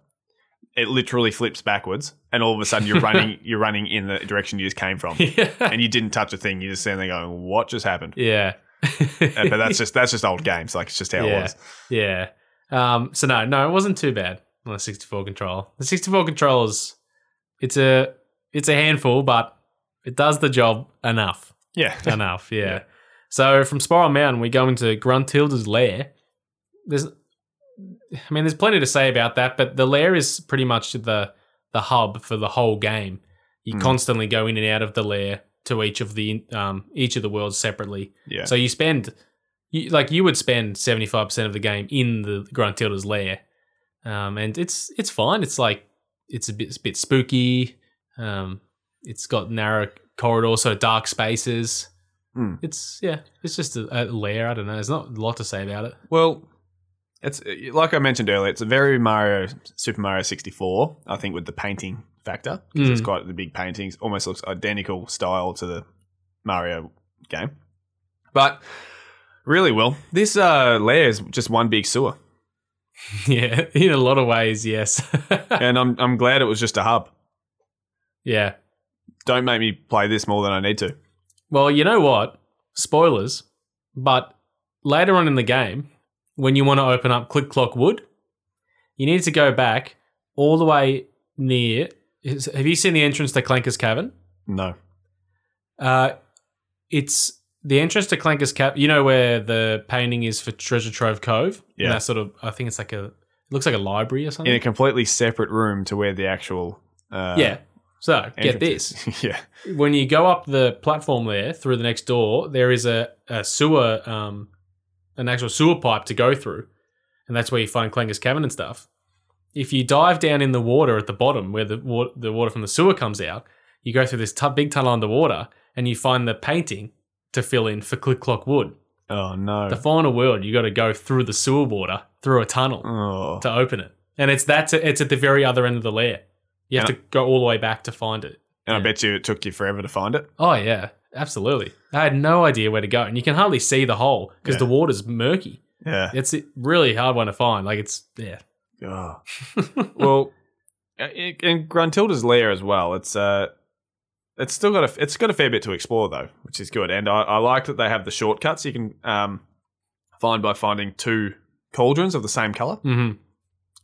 it literally flips backwards, and all of a sudden you're running. you're running in the direction you just came from, yeah. and you didn't touch a thing. You're just standing there going, "What just happened?" Yeah. Uh, but that's just that's just old games. Like it's just how Yeah. it was. <laughs> Yeah. Um, so no, no, it wasn't too bad on the 64 controller. The 64 controllers, it's a it's a handful, but it does the job enough. Yeah. <laughs> Enough, yeah. Yeah. So from Spiral Mountain, we go into Gruntilda's lair. There's, I mean, there's plenty to say about that, but the lair is pretty much the the hub for the whole game. You Hmm. constantly go in and out of the lair to each of the um, each of the worlds separately. Yeah. So you spend, you, like you would spend seventy five percent of the game in the Gruntilda's lair, um, and it's it's fine. It's like it's a bit it's a bit spooky. Um, it's got narrow corridors, so dark spaces. Hmm. It's yeah, it's just a, a lair. I don't know. There's not a lot to say about it. Well, it's like I mentioned earlier. It's a very Mario Super Mario 64. I think with the painting factor because it's Mm. quite the big paintings. Almost looks identical style to the Mario game, but really, Will, this uh, layer is just one big <laughs> sewer, <laughs> yeah, in a lot of ways, yes. <laughs> and I'm I'm glad it was just a hub. yeah. Don't make me play this more than I need to. Well, you know what? Spoilers, but later on in the game, when you want to open up Click Clock Wood, you need to go back all the way near. is- Have you seen the entrance to Clanker's Cavern? No. Uh, it's the entrance to Clanker's Cavern. You know where the painting is for Treasure Trove Cove? Yeah. And that sort of, I think it's like a, it looks like a library or something. In a completely separate room to where the actual Uh, yeah. So get entrances. <laughs> this. yeah. when you go up the platform there through the next door, there is a, a sewer, um, an actual sewer pipe to go through, and that's where you find Klanger's cabin and stuff. If you dive down in the water at the bottom where the wa- the water from the sewer comes out, you go through this tu- big tunnel underwater and you find the painting to fill in for Click Clock Wood. Oh no. The final world, you got to go through the sewer water through a tunnel oh. to open it, and it's that's it's at the very other end of the lair. You have And to go all the way back to find it. And I Yeah. bet you it took you forever to find it. Oh yeah, absolutely. I had no idea where to go, and you can hardly see the hole because Yeah. the water's murky. Yeah. It's a really hard one to find. Like it's yeah, Oh. well, uh, it, and Gruntilda's lair as well. It's uh, it's still got a it's got a fair bit to explore though, which is good. And I, I like that they have the shortcuts you can um find by finding two cauldrons of the same color. hmm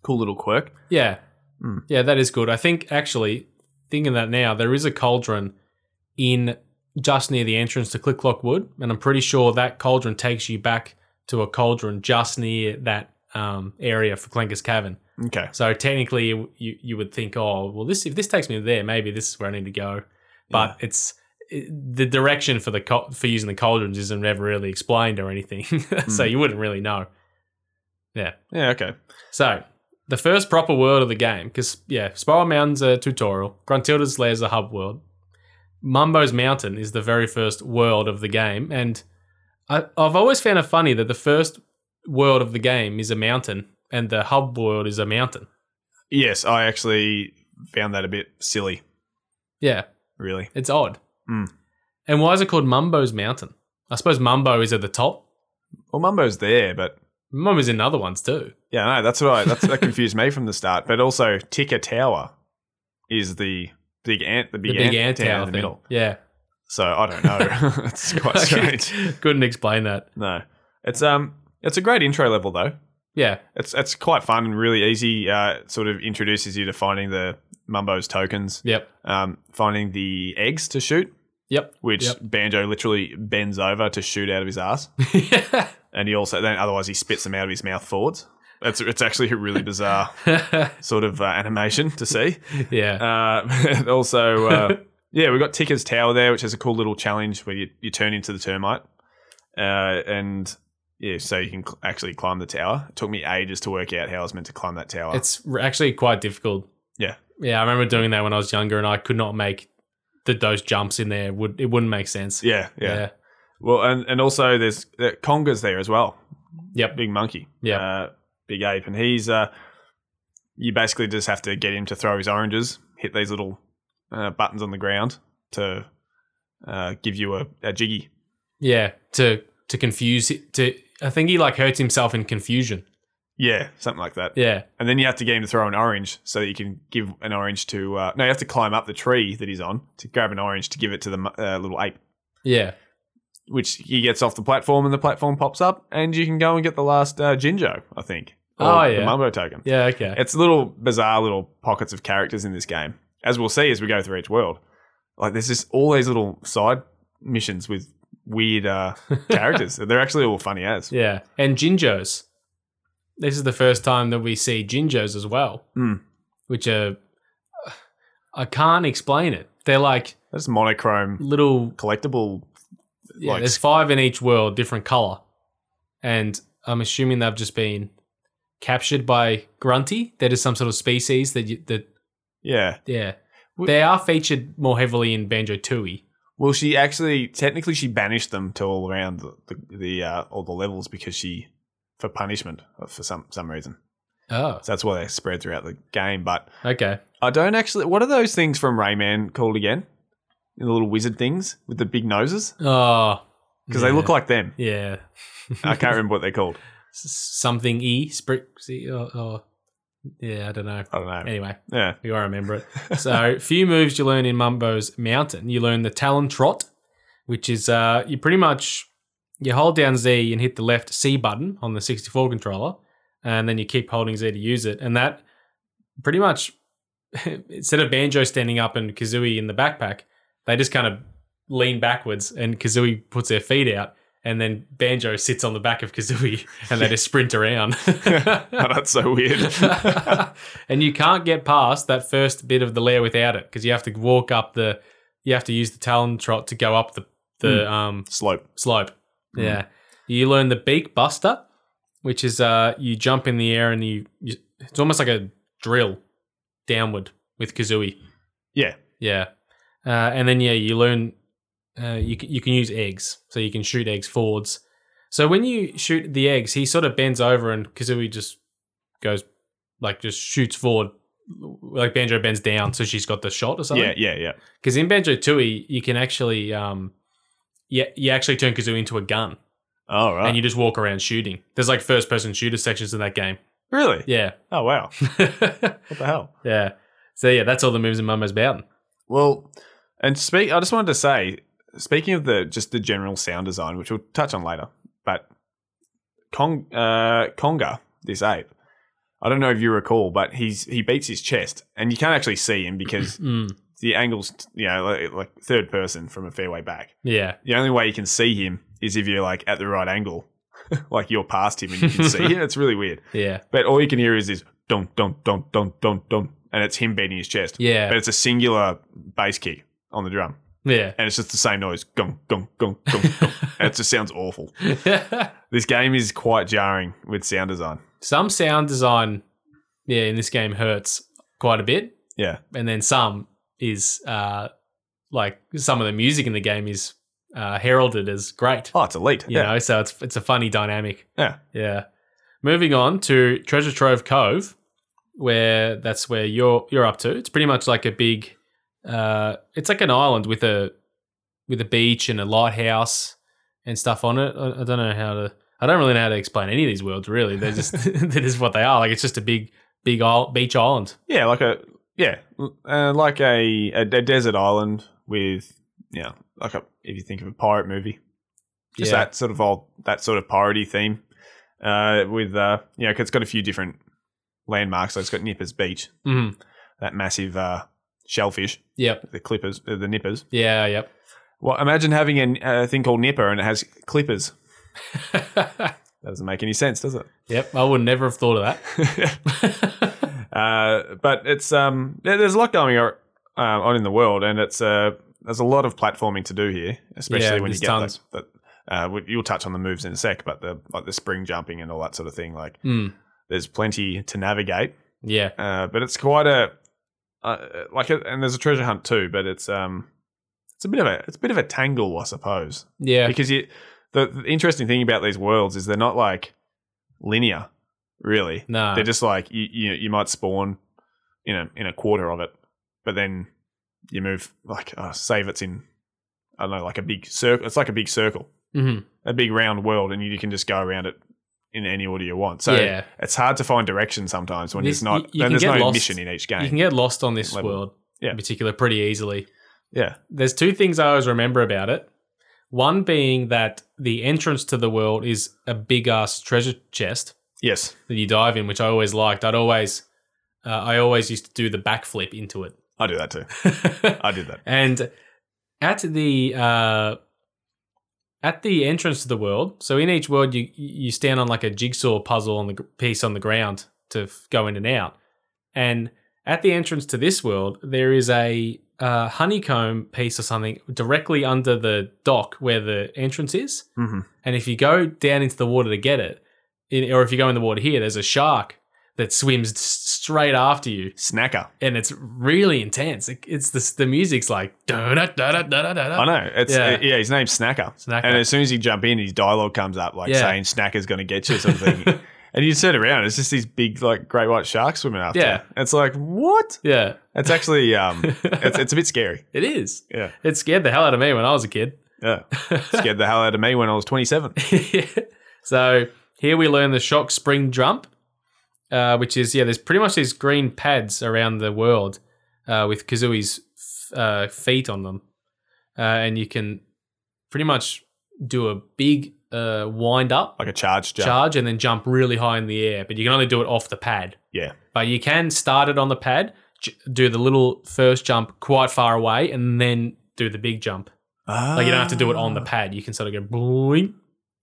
Cool little quirk. yeah, Hmm. yeah. That is good. I think actually thinking that now there is a cauldron in just near the entrance to Click Clock Wood, and I'm pretty sure that cauldron takes you back to a cauldron just near that um, area for Clanker's Cavern. Okay. So technically, you you would think, oh, well, this if this takes me there, maybe this is where I need to go. But it's it, the direction for the cau- for using the cauldrons isn't ever really explained or anything, <laughs> so you wouldn't really know. Yeah. Okay. So the first proper world of the game, because yeah, Spiral Mountain's a tutorial, Gruntilda's Lair's a hub world, Mumbo's Mountain is the very first world of the game, and I, I've always found it funny that the first world of the game is a mountain and the hub world is a mountain. Yes, I actually found that a bit silly. Yeah. Really. It's odd. Hmm. And why is it called Mumbo's Mountain? I suppose Mumbo is at the top. Well, Mumbo's there, but Mumbo's in other ones too. Yeah, no, that's what I, that's, that confused me from the start. But also, Ticker Tower is the big ant, the The big, ant, big ant tower tower in the thing. middle. Yeah. So I don't <laughs> know. <laughs> it's <laughs> quite strange. Couldn't explain that. No, it's um, it's a great intro level though. Yeah. It's it's quite fun and really easy. Uh, it sort of introduces you to finding the Mumbo's tokens, Yep. um, finding the eggs to shoot, Yep. <laughs> which Yep. Banjo literally bends over to shoot out of his ass, and he also then otherwise he spits them out of his mouth forwards. It's it's actually a really bizarre sort of uh, animation to see. yeah. Uh, <laughs> also, <laughs> uh, yeah, we've got Ticker's Tower there, which has a cool little challenge where you, you turn into the termite. Uh, and yeah, so you can cl- actually climb the tower. It took me ages to work out how I was meant to climb that tower. It's r- actually quite difficult. Yeah. Yeah. I remember doing that when I was younger and I could not make the, those jumps in there. Would It wouldn't make sense. yeah, yeah, Well, and, and also there's uh, Conga's there as well. Yep. Big monkey. Yeah. Uh, big ape. And he's, uh, you basically just have to get him to throw his oranges, hit these little uh, buttons on the ground to uh, give you a, a jiggy. Yeah. To, to confuse it. To, I think he like hurts himself in confusion. Yeah, something like that. Yeah. And then you have to get him to throw an orange so that you can give an orange to. Uh, no, you have to climb up the tree that he's on to grab an orange to give it to the mu- uh, little ape, Yeah. which he gets off the platform and the platform pops up and you can go and get the last uh, Jinjo, I think. Oh, The yeah. Mumbo token. Yeah. Okay. It's little bizarre little pockets of characters in this game, as we'll see as we go through each world. Like there's just all these little side missions with weird <laughs> uh, characters. They're actually all funny as. Yeah, and Jinjos. This is the first time that we see Jinjos as well, Hmm. which are I can't explain it. They're like That's monochrome little. collectible. Yeah, Like- there's five in each world, different color, and I'm assuming they've just been captured by Grunty. That is some sort of species that you, that Yeah. yeah. Wh- They are featured more heavily in Banjo Tooie. Well, she actually technically she banished them to all around the, the, the uh, all the levels because she for punishment uh, for some some reason. Oh, So that's why they spread throughout the game. But okay. I don't actually. What are those things from Rayman called again? The little wizard things with the big noses Oh, because they look yeah. like them. yeah, I <laughs> can't remember what they're called. S- something E Sprixy or, or yeah, I don't know. I don't know. Anyway, Yeah. you gotta remember it. So, <laughs> few moves you learn in Mumbo's Mountain. You learn the Talon Trot, which is uh, you pretty much you hold down Z and hit the left C button on the 64 controller, and then you keep holding Z to use it. And that pretty much <laughs> instead of Banjo standing up and Kazooie in the backpack, they just kind of lean backwards, and Kazooie puts their feet out, and then Banjo sits on the back of Kazooie, <laughs> and they just sprint around. <laughs> Oh, <laughs> that's so weird. and you can't get past that first bit of the lair without it because you have to walk up the, you have to use the talon trot to go up the the um Slope. slope. Yeah, you learn the beak buster, which is uh you jump in the air and you, you it's almost like a drill downward with Kazooie. Yeah. Yeah, uh, and then yeah, you learn uh, you c- you can use eggs, so you can shoot eggs forwards. So when you shoot the eggs, he sort of bends over and Kazooie just goes like just shoots forward, like Banjo bends down, so she's got the shot or something. Yeah, yeah, yeah. Because in Banjo Tooie, you can actually, um, yeah, you actually turn Kazoo into a gun, All Oh, right. and you just walk around shooting. There's like first person shooter sections in that game. really? Yeah, <laughs> Oh, wow. What the hell? yeah. So yeah, that's all the moves in Mumbo's Bowden. Well, and speak. I just wanted to say, speaking of the just the general sound design, which we'll touch on later, but Kong, uh, Konga, this ape. I don't know if you recall, but he's he beats his chest, and you can't actually see him <laughs> because Mm, the angles, you know, like, like third person from a fair way back. yeah, The only way you can see him is if you're like at the right angle, <laughs> like you're past him and you can see him. It's really weird, yeah, but all you can hear is this don't don't don't don't don't don't, and it's him beating his chest. But yeah, it's a singular bass key on the drum. yeah. and it's just the same noise. Gong, gong, gong, gong, <laughs> gong. And it just sounds awful. This game is quite jarring with sound design. some sound design, yeah, in this game hurts quite a bit, Yeah. and then some is uh, like some of the music in the game is uh, heralded as great. Oh, it's elite. you know so it's it's a funny dynamic Yeah. yeah moving on to treasure trove cove where that's where you're you're up to it's pretty much like a big uh it's like an island with a with a beach and a lighthouse and stuff on it i, I don't know how to i don't really know how to explain any of these worlds really <laughs> they're just <laughs> that is what they are like it's just a big big isle, beach island Yeah. Yeah. Like a yeah, uh, like a, a a desert island with you know, like a if you think of a pirate movie, just Yeah. that sort of old that sort of piratey theme. Uh, with uh, you know, it it's got a few different landmarks. So it's got Nippers Beach, mm-hmm. that massive uh shellfish, yep the clippers, uh, the nippers. yeah yep <laughs> Well, imagine having an- a thing called Nipper and it has clippers. That doesn't make any sense, <laughs> does it? yep i would never have thought of that uh, but it's um, there- there's a lot going on, uh, on in the world, and it's uh, there's a lot of platforming to do here, especially Yeah, when you there's get tons. that. that, uh, we- you'll touch on the moves in a sec, but the like the spring jumping and all that sort of thing. Like Mm, there's plenty to navigate, yeah uh, but it's quite a uh, like, a, and there's a treasure hunt too. But it's um, it's a bit of a it's a bit of a tangle, I suppose. yeah because you, the, the interesting thing about these worlds is they're not like linear, really. no They're just like you, you you might spawn in a in a quarter of it, but then you move like uh, save it's in I don't know like a big circle. It's like a big circle, Mhm. a big round world, and you can just go around it in any order you want. So yeah it's hard to find direction sometimes when This- it's not you- you when can there's get no lost. mission in each You can game. get lost on this level. world Yeah. in particular pretty easily. Yeah. There's two things I always remember about it. One being that the entrance to the world is a big ass treasure chest Yes. that you dive in, which I always liked. I'd always, uh, I always used to do the backflip into I do that too. it. <laughs> I did that. and at the uh, at the entrance to the world, so in each world you you stand on like a jigsaw puzzle on the gr- piece on the ground to f- go in and out, and at the entrance to this world there is a uh, honeycomb piece or something directly under the dock where the entrance is, hmm and if you go down into the water to get it, in, or if you go in the water here, there's a shark that swims s- straight after you Snacker. and it's really intense. It, it's the the music's like da da da da da I da da. know. It's Yeah. yeah his name's Snacker. And Snacker. as soon as you jump in, his dialogue comes up like Yeah. saying "Snacker's going to get you" sort of <laughs> thing. and you turn around, it's just these big like great white sharks swimming after. Yeah. you. it's like what? Yeah, It's actually <laughs> um, it's, it's a bit scary. it is. Yeah. it scared the hell out of me when I was a kid. <laughs> Yeah, scared the hell out of me when I was twenty seven. so here we learn the shock spring jump, uh, which is yeah. There's pretty much these green pads around the world uh, with Kazooie's f- uh, feet on them, uh, and you can pretty much do a big uh, wind up Like a charge jump. charge and then jump really high in the air, but you can only do it off the pad. Yeah. But you can start it on the pad, j- do the little first jump quite far Ah. away, and then do the big jump. Like you don't have to do it on the pad. You can sort of go boing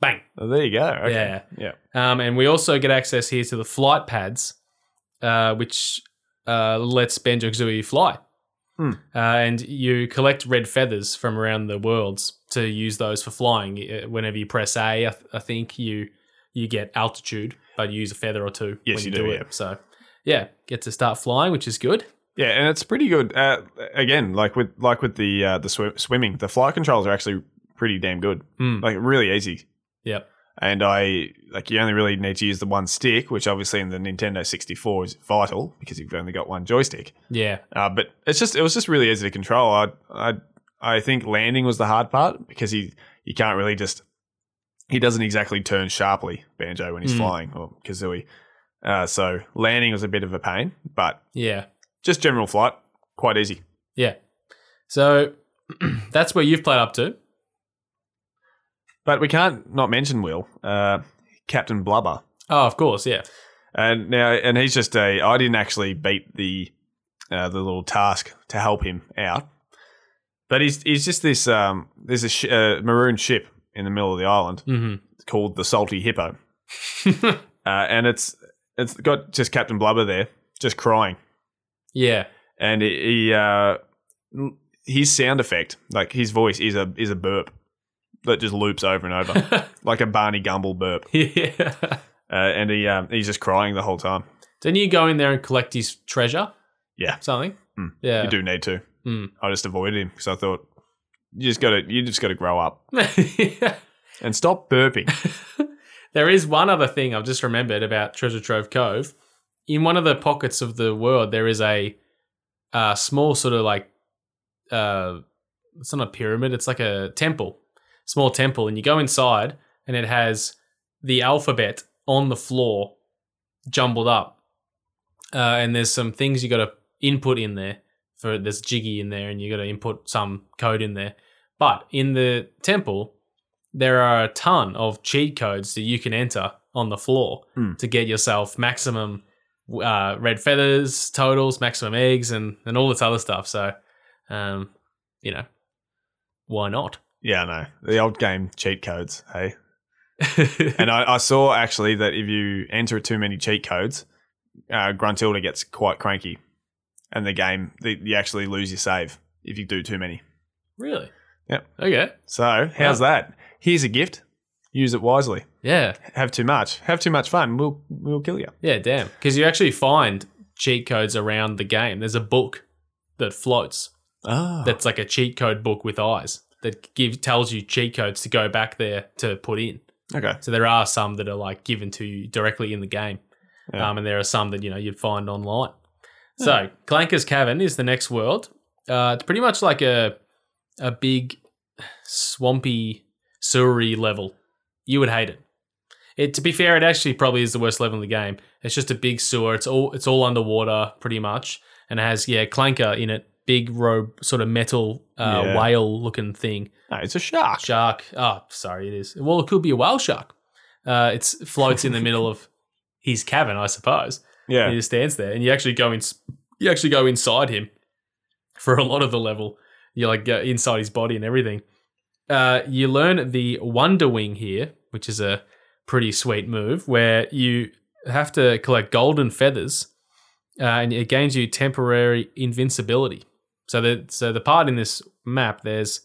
Bang. Oh, there you go. Okay. Yeah. Yeah. Um, and we also get access here to the flight pads, uh, which uh, lets Banjo Kazooie fly. Hmm. Uh, and you collect red feathers from around the worlds to use those for flying. Uh, Whenever you press A, I, th- I think you you get altitude, but you use a feather or two Yes, when you you, do, do, it. yeah. So, yeah, get to start flying, which is good. Yeah, and it's pretty good. Uh, again, like with like with the uh, the sw- swimming, the flight controls are actually pretty damn good. Mm. Like really easy. Yep. And I like you only really need to use the one stick, which obviously in the Nintendo 64 is vital because you've only got one joystick. Yeah. Uh, but it's just it was just really easy to control. I I I think landing was the hard part because he you can't really just he doesn't exactly turn sharply banjo when he's Mm. flying or kazooie. Uh, so landing was a bit of a pain, but Yeah. just general flight quite easy. So, <clears throat> that's where you've played up to. But we can't not mention Will, uh, Captain Blubber, Oh, of course. Yeah. and now and he's just a. I didn't actually beat the uh, the little task to help him out, but he's he's just this um there's a sh- uh, maroon ship in the middle of the island hmm called the Salty Hippo, uh, and it's it's got just Captain Blubber there just crying, <laughs> yeah. <laughs> and he, he uh l- his sound effect like his voice is a is a burp that just loops over and <laughs> over like a Barney Gumble burp. yeah. uh, and he um, he's just crying the whole time. Didn't you go in there and collect his treasure? Yeah. Something? Mm. Yeah. You do need to. Mm. I just avoided him because I thought you just got to you just got to grow up <laughs> and stop burping. there is one other thing I've just remembered about Treasure Trove Cove. In one of the pockets of the world, there is a uh, small sort of like, uh, it's not a pyramid, it's like a temple, small temple. And you go inside and it has the alphabet on the floor jumbled up. Uh, and there's some things you got to input in there. For there's Jiggy in there, and you got to input some code in there. But in the temple, there are a ton of cheat codes that you can enter on the floor Hmm. to get yourself maximum uh, red feathers, totals, maximum eggs, and and all this other stuff. So, um, you know, why not? <laughs> yeah, I know the old game cheat codes. Hey, and I, I saw actually that if you enter too many cheat codes, uh, Gruntilda gets quite cranky, and the game the, you actually lose your save if you do too many. really? Yep. Okay. So how's that? Here's a gift. Use it wisely. Yeah. Have too much. Have too much fun. We'll we'll kill you. Yeah, damn. Because you actually find cheat codes around the game. There's a book that floats Oh. that's like a cheat code book with eyes that give tells you cheat codes to go back there to put in. okay. <laughs> So there are some that are like given to you directly in the game, Yeah. Hmm. um, and there are some that you know you'd find online. So Clanker's Cavern is the next world. Uh, it's pretty much like a a big swampy sewery level. You would hate it. It to be fair, it actually probably is the worst level in the game. It's just a big sewer. It's all it's all underwater pretty much, and it has yeah Clanker in it. Big robe, sort of metal uh, Yeah. whale looking thing No, it's a shark. shark. Oh, sorry, it is. Well, it could be a whale shark. Uh, it floats in the middle of his cabin, I suppose. Yeah. He just stands there, and you actually go in. You actually go inside him for a lot of the level. You like go inside his body and everything. Uh, you learn the Wonder Wing here, which is a pretty sweet move where you have to collect golden feathers, uh, and it gains you temporary invincibility. So the so the part in this map, there's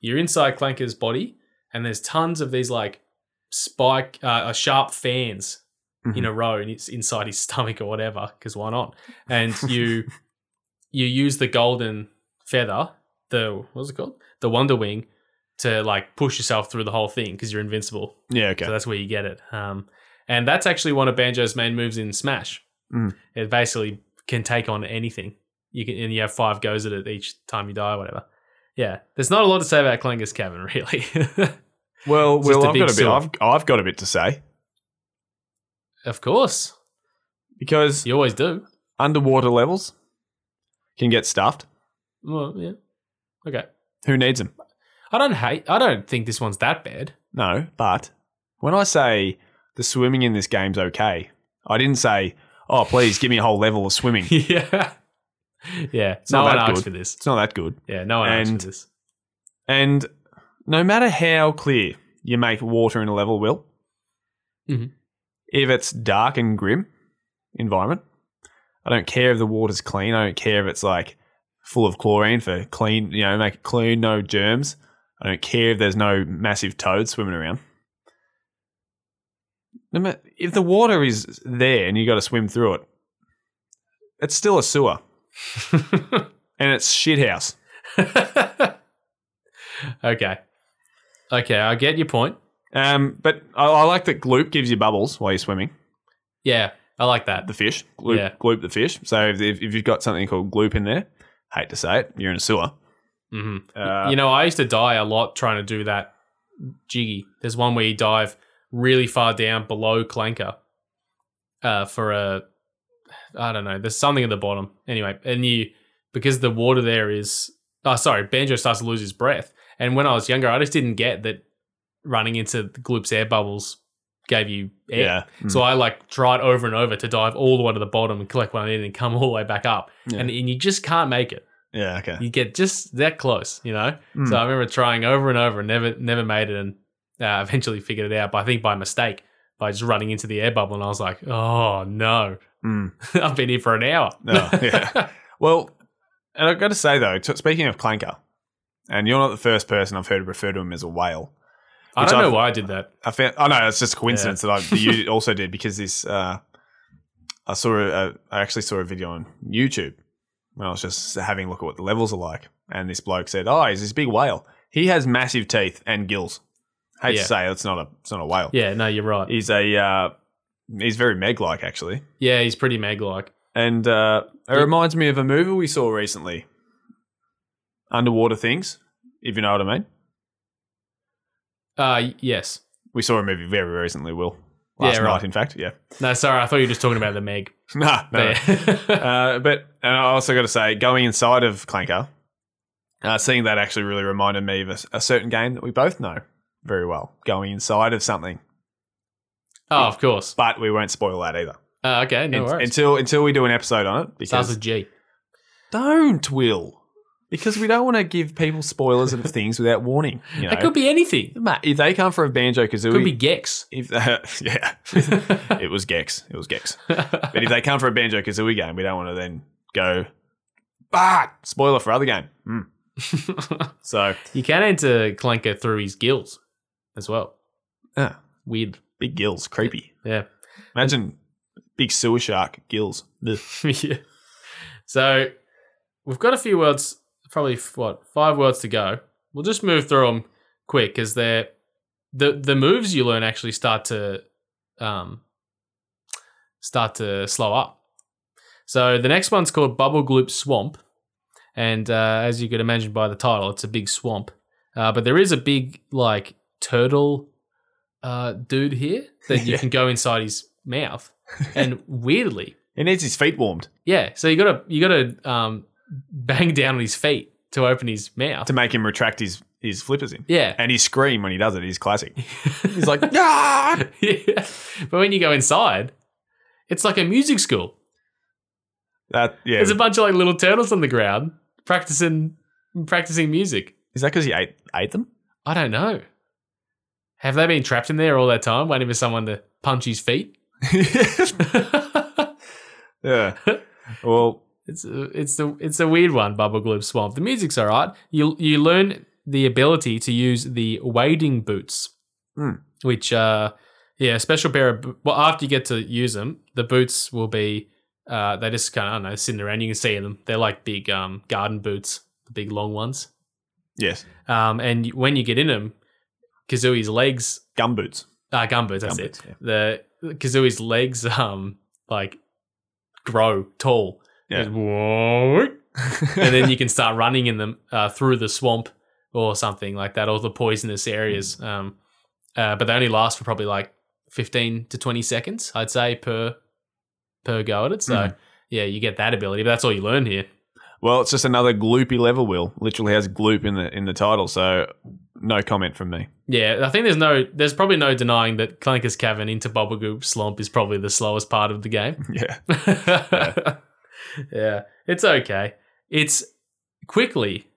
you're inside Clanker's body, and there's tons of these like spike, uh, uh, sharp fans in Mhm. a row, and it's inside his <laughs> stomach or whatever. Because why not? And <laughs> you you use the golden feather, the what's it called, the Wonder Wing, to like push yourself through the whole thing because you're invincible. Yeah, okay. So that's where you get it. Um, and that's actually one of Banjo's main moves in Smash. Mm. It basically can take on anything. You can, and you have five goes at it each time you die or whatever. Yeah, there's not a lot to say about Clangus Cavern, <laughs> really. Well, It's just well, a I've got a big bit. sewer. I've, I've got a bit to say of course, because you always do. underwater levels can get stuffed. Well, yeah. Okay. Who needs them? I don't hate. I don't think this one's that bad. No, but when I say the swimming in this game's okay, I didn't say, "Oh, please give me a whole level of <laughs> swimming." yeah. Yeah. no not one that asked good. for this. It's not that good. Yeah. No one asked And- for this. And no matter how clear you make water in a level will. Mhm. If it's dark and grim environment, I don't care if the water's clean. I don't care if it's like full of chlorine for clean, you know, make it clean, no germs. I don't care if there's no massive toads swimming around. No ma- If the water is there and you got to swim through it, it's still a sewer and it's shit house. <laughs> okay. Okay, I get your point. Um, but I, I like that Gloop gives you bubbles while you're swimming. Yeah, I like that. the fish, gloop, Yeah. gloop the fish. So if, if you've got something called gloop in there, hate to say it, you're in a sewer. hmm Uh, you know, I used to die a lot trying to do that jiggy. There's one where you dive really far down below Clanker uh, for a, I don't know, there's something at the bottom. Anyway, and you, because the water there is, oh, sorry, Banjo starts to lose his breath. And when I was younger, I just didn't get that running into the Gloop's air bubbles gave you air. yeah. Hmm. So I like tried over and over to dive all the way to the bottom and collect what I needed and come all the way back up. Yeah. And, and you just can't make it. Mm. yeah, okay. You get just that close, you know? Mm. So I remember trying over and over and never never made it and uh, <laughs> eventually figured it out, but I think by mistake, by just running into the air bubble and I was like, oh no, <laughs> Mm. I've been here for an hour. Oh, yeah. Well, and I've got to say though, t- speaking of Clanker, and you're not the first person I've heard refer to him as a whale. I Which don't know I've- why <laughs> I did that. I found. Oh no, it's just a coincidence that I <laughs> that you also did because this. Uh, I saw. A, a, I actually saw a video on YouTube when I was just having a look at what the levels are like, and this bloke said, "Oh, he's this big whale. He has massive teeth and gills." Hate Yeah. to say, it's not a it's not a whale. Yeah, no, you're right. He's a uh, he's very Meg like actually, Yeah, he's pretty Meg like. and uh, it Yeah. reminds me of a movie we saw recently, Underwater Things. If you know what I mean, Uh, y- yes. we saw a movie very recently. Will last Yeah, right. night, in fact. Yeah. <laughs> No, sorry, I thought you were just talking about the Meg. Nah, no, no. There. <laughs> Uh, but and I also got to say, going inside of Clanker, uh, seeing that actually really reminded me of a, a certain game that we both know very well. Going inside of something, oh, of course. but we won't spoil that either Uh, okay, no Un- worries. until until we do an episode on it. Because Starts with G. don't will because we don't want to give people spoilers of things without warning. You know, It could be anything. Mate, if they come for a banjo It could be kazooie, <laughs> Gex. <laughs> if yeah, it was Gex, it was Gex. But if they come for a banjo kazooie game, we don't want to then go. But spoiler for other game. Hmm. So you can enter Clanker through his gills as well. Ah. Weird. big gills, creepy. Yeah. Imagine big sewer shark gills. Ugh. <laughs> yeah. So we've got a few words, probably f- what five words to go. We'll just move through them quick because they're the the moves you learn actually start to um, start to slow up. So the next one's called Bubble Gloop Swamp, and uh, as you could imagine by the title, it's a big swamp. Uh, but there is a big like turtle uh, dude here that you Yeah. can go inside his mouth, and weirdly, He needs his feet warmed yeah, so you gotta you gotta um, bang down on his feet to open his mouth. to make him retract his, his flippers in. yeah, <laughs> And he scream when he does it. He's classic. He's like, ah! yeah. But when you go inside, it's like a music school. That, yeah. There's a bunch of like little turtles on the ground practicing practicing music. Is that because he ate, ate them? I don't know. Have they been trapped in there all that time waiting for someone to punch his feet? <laughs> it's <laughs> yeah. Well, a, it's a, it's a weird one, Bubble Gloop Swamp. The music's all right. You you learn the ability to use the wading boots. which uh yeah, a special pair of bo- well after you get to use them, the boots will be uh they just kind of I don't know sitting around. You can see them. They're like big um garden boots, the big long ones. yes. Um, and you- when you get in them, Kazooie's legs Gum boots. uh gum boots. That's Gum it. boots, yeah. The Kazooie's legs um like grow tall. Yeah. Just whoa, <laughs> and then you can start running in them uh, through the swamp or something like that, or the poisonous areas. Hmm. Um, uh, but they only last for probably like fifteen to twenty seconds, I'd say per per go at it. So Mhm. yeah, you get that ability, but that's all you learn here. Well, it's just another gloopy level wheel. Literally has gloop in the in the title, so no comment from me. <laughs> Yeah, I think there's no, there's probably no denying that Clanker's Cavern into Goop Slump is probably the slowest part of the game. Yeah. <laughs> yeah. it's okay. It's quickly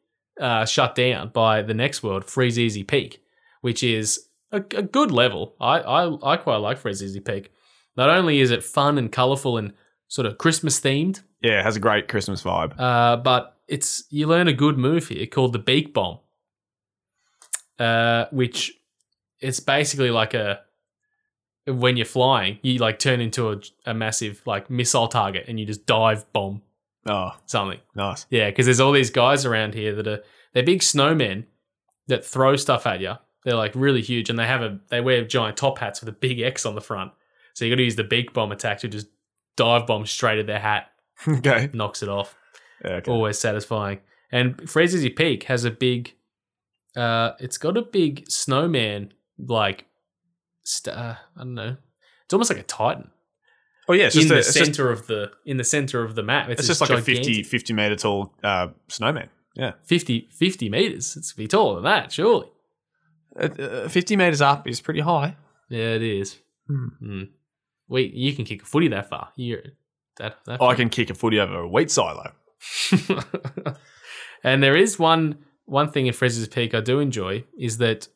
uh, shut down by the next world, Freeze Easy Peak, which is a, a good level. I, I I quite like Fred's Easy Peak. Not only is it fun and colourful and sort of Christmas themed, Yeah, it has a great Christmas vibe. uh, but it's you learn a good move here called the beak bomb, uh, which it's basically like a when you're flying, you like turn into a, a massive like missile target and you just dive bomb Oh, something. nice. <laughs> Yeah, because there's all these guys around here that are they're big snowmen that throw stuff at you. They're like really huge, and they have a they wear giant top hats with a big X on the front. So you got to use the beak bomb attack to just dive bomb straight at their hat, okay. knocks it off. Yeah, okay. Always satisfying. And Fraser's Peak has a big, uh, it's got a big snowman like, st- uh, I don't know, it's almost like a titan Oh, yeah, it's in just, a, the it's just, center of the in the center of the map. It's, it's this just like a gigantic- 50, 50 meter tall uh, snowman. 50, 50 meters. It's be taller than that, surely. Uh, uh, 50 meters up is pretty high. Yeah, it is. Hmm. Mm. Wait, you can kick a footy that far. You're that. that Oh, I can kick a footy over a wheat silo. <laughs> and there is one one thing in Fraser's Peak I do enjoy is that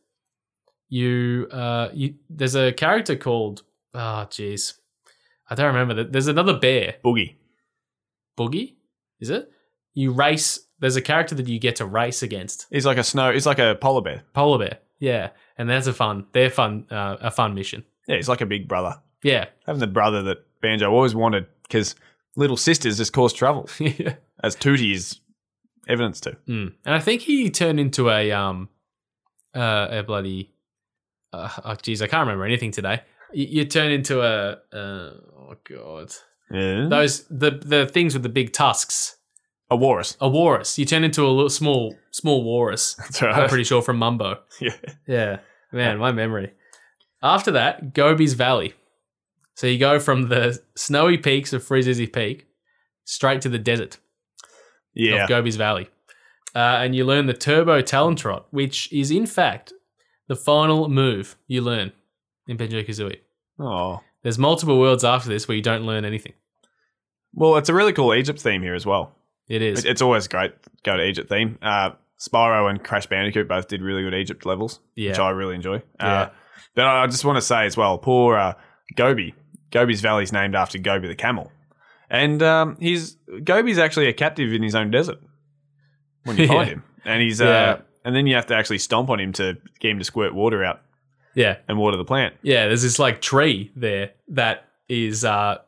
you uh you there's a character called oh jeez I don't remember that there's another bear Boogie. Boogie is it you race there's a character that you get to race against He's like a snow, he's like a polar bear. polar bear yeah and that's a fun they're fun uh, a fun mission Yeah, he's like a big brother. yeah <laughs> Having the brother that Banjo always wanted because little sisters just cause trouble, as Tootie is evidence to. Mm. And I think he turned into a um uh, a bloody uh, oh geez, I can't remember anything today. You, you turn into a uh, oh god Yeah. those the the things with the big tusks a walrus. <laughs> a walrus. You turn into a little small small walrus. That's right. I'm pretty sure from Mumbo. <laughs> Yeah. yeah, man, my memory. After that, Gobi's Valley. So you go from the snowy peaks of Frizzy Peak straight to the desert yeah. of Gobi's Valley. Uh, and you learn the Turbo Talent Trot, which is in fact the final move you learn in Banjo Kazooie. Oh. There's multiple worlds after this where you don't learn anything. Well, it's a really cool Egypt theme here as well. It is. It- It's always great to go to Egypt theme. Uh, Spyro and Crash Bandicoot both did really good Egypt levels, yeah. which I really enjoy. Yeah. Uh, but I I just want to say as well, poor uh, Gobi. Gobi's Valley is named after Gobi the camel. And um, he's Gobi's actually a captive in his own desert when <laughs> you find Yeah. him. And he's Yeah. uh, and then you have to actually stomp on him to get him to squirt water out yeah. and water the plant. Yeah. There's this like tree there that is uh,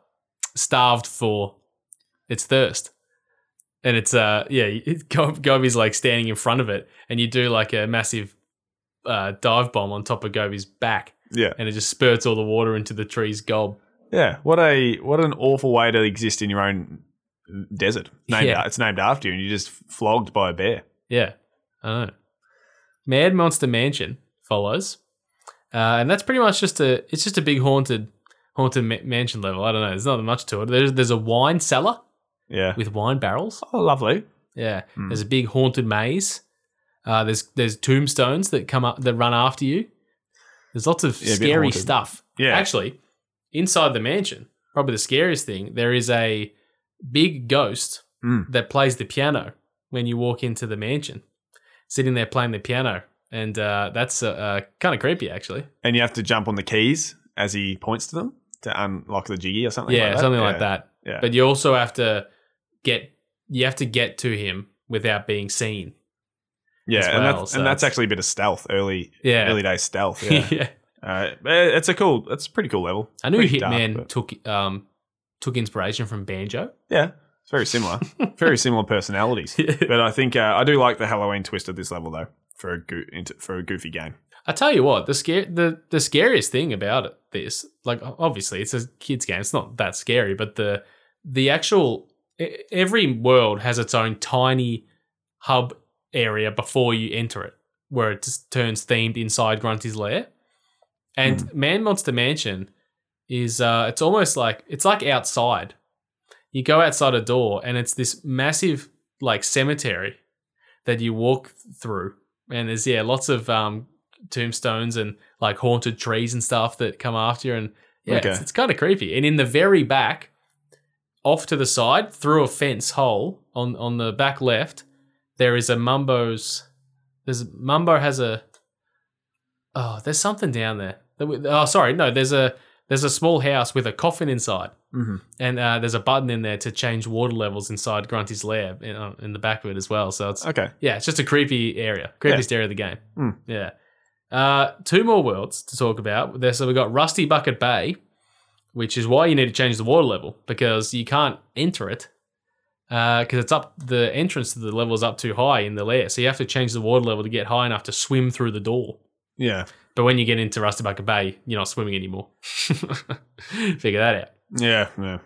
starved for its thirst. And it's, uh, yeah, <laughs> it, Go- Gobi's like standing in front of it and you do like a massive uh, dive bomb on top of Gobi's back Yeah. and it just spurts all the water into the tree's gob. Yeah, what a what an awful way to exist in your own desert. Named Yeah. it's named after you, and you're just flogged by a bear. Yeah, I know. Mad Monster Mansion follows, uh, and that's pretty much just a it's just a big haunted haunted ma- mansion level. I don't know. There's not much to it. There's there's a wine cellar Yeah. with wine barrels. Oh, lovely. Yeah, Hmm. there's a big haunted maze. Uh, there's there's tombstones that come up that run after you. There's lots of Yeah, a bit scary haunted. stuff. Yeah. Actually, inside the mansion, probably the scariest thing, there is a big ghost Mm. that plays the piano when you walk into the mansion, sitting there playing the piano. And uh, that's uh, uh, kind of creepy, actually. and you have to jump on the keys as he points to them to unlock the jiggy or something. yeah, like that. something yeah. like that. Yeah. But you also have to get you have to get to him without being seen. yeah, as and, well, that's, so and that's it's- actually a bit of stealth, early Yeah, <laughs> early day stealth. yeah. Yeah. <laughs> uh, but it's a cool, it's a pretty cool level. I knew Pretty dark, Hitman but- took um took inspiration from Banjo. <laughs> yeah, it's very similar, very similar <laughs> personalities. But I think uh, I do like the Halloween twist of this level though for a goo- into, for a goofy game. I tell you what, the scare the, the scariest thing about it, this, like obviously it's a kids game, it's not that scary, but the the actual e- every world has its own tiny hub area before you enter it, where it just turns themed inside Grunty's lair. And Man Monster Mansion is uh it's almost like it's like outside. You go outside a door and it's this massive like cemetery that you walk through and there's yeah lots of um tombstones and like haunted trees and stuff that come after you and yeah Okay. it's, it's kind of creepy and in the very back off to the side through a fence hole on on the back left there is a mumbo's there's mumbo has a Oh, there's something down there. There we- Oh, sorry, no. There's a there's a small house with a coffin inside, Mhm. and uh, there's a button in there to change water levels inside Grunty's lair in, uh, in the back of it as well. So it's Okay. yeah, it's just a creepy area, creepiest area of the game. Hmm. Yeah. Uh, two more worlds to talk about. There, so we've got Rusty Bucket Bay, which is why you need to change the water level because you can't enter it because it's up the entrance to the level is up too high in the lair. So you have to change the water level to get high enough to swim through the door. Yeah. But when you get into Rusty Bucket Bay, you're not swimming anymore. <laughs> Figure that out. Yeah. Yeah.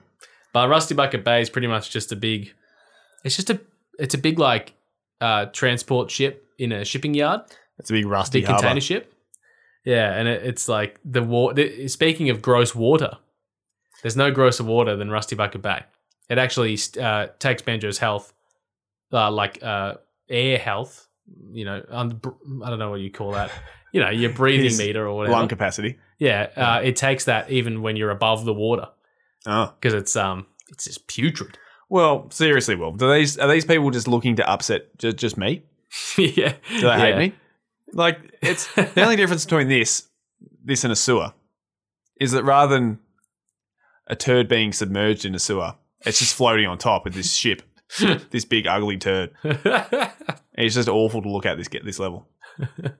But Rusty Bucket Bay is pretty much just a big. It's just a. It's a big like uh, transport ship in a shipping yard, It's a big rusty big container harbor. ship. Yeah, and it, it's like the water. Speaking of gross water, there's no grosser water than Rusty Bucket Bay. It actually uh, takes Banjo's health, uh, like uh, air health. You know, un- I don't know what you <laughs> call that. You know, your breathing His meter or whatever. Lung capacity. Yeah, uh, it takes that even when you're above the water Oh. because it's um it's just putrid. Well, seriously, Wolf. Do these are these people just looking to upset just, just me? <laughs> yeah, Do they hate me? Like <laughs> it's the only difference between this this and a sewer is that rather than a turd being submerged in a sewer, it's just floating on top of this <laughs> ship. this big ugly turd. And it's just awful to look at this get this level. <laughs>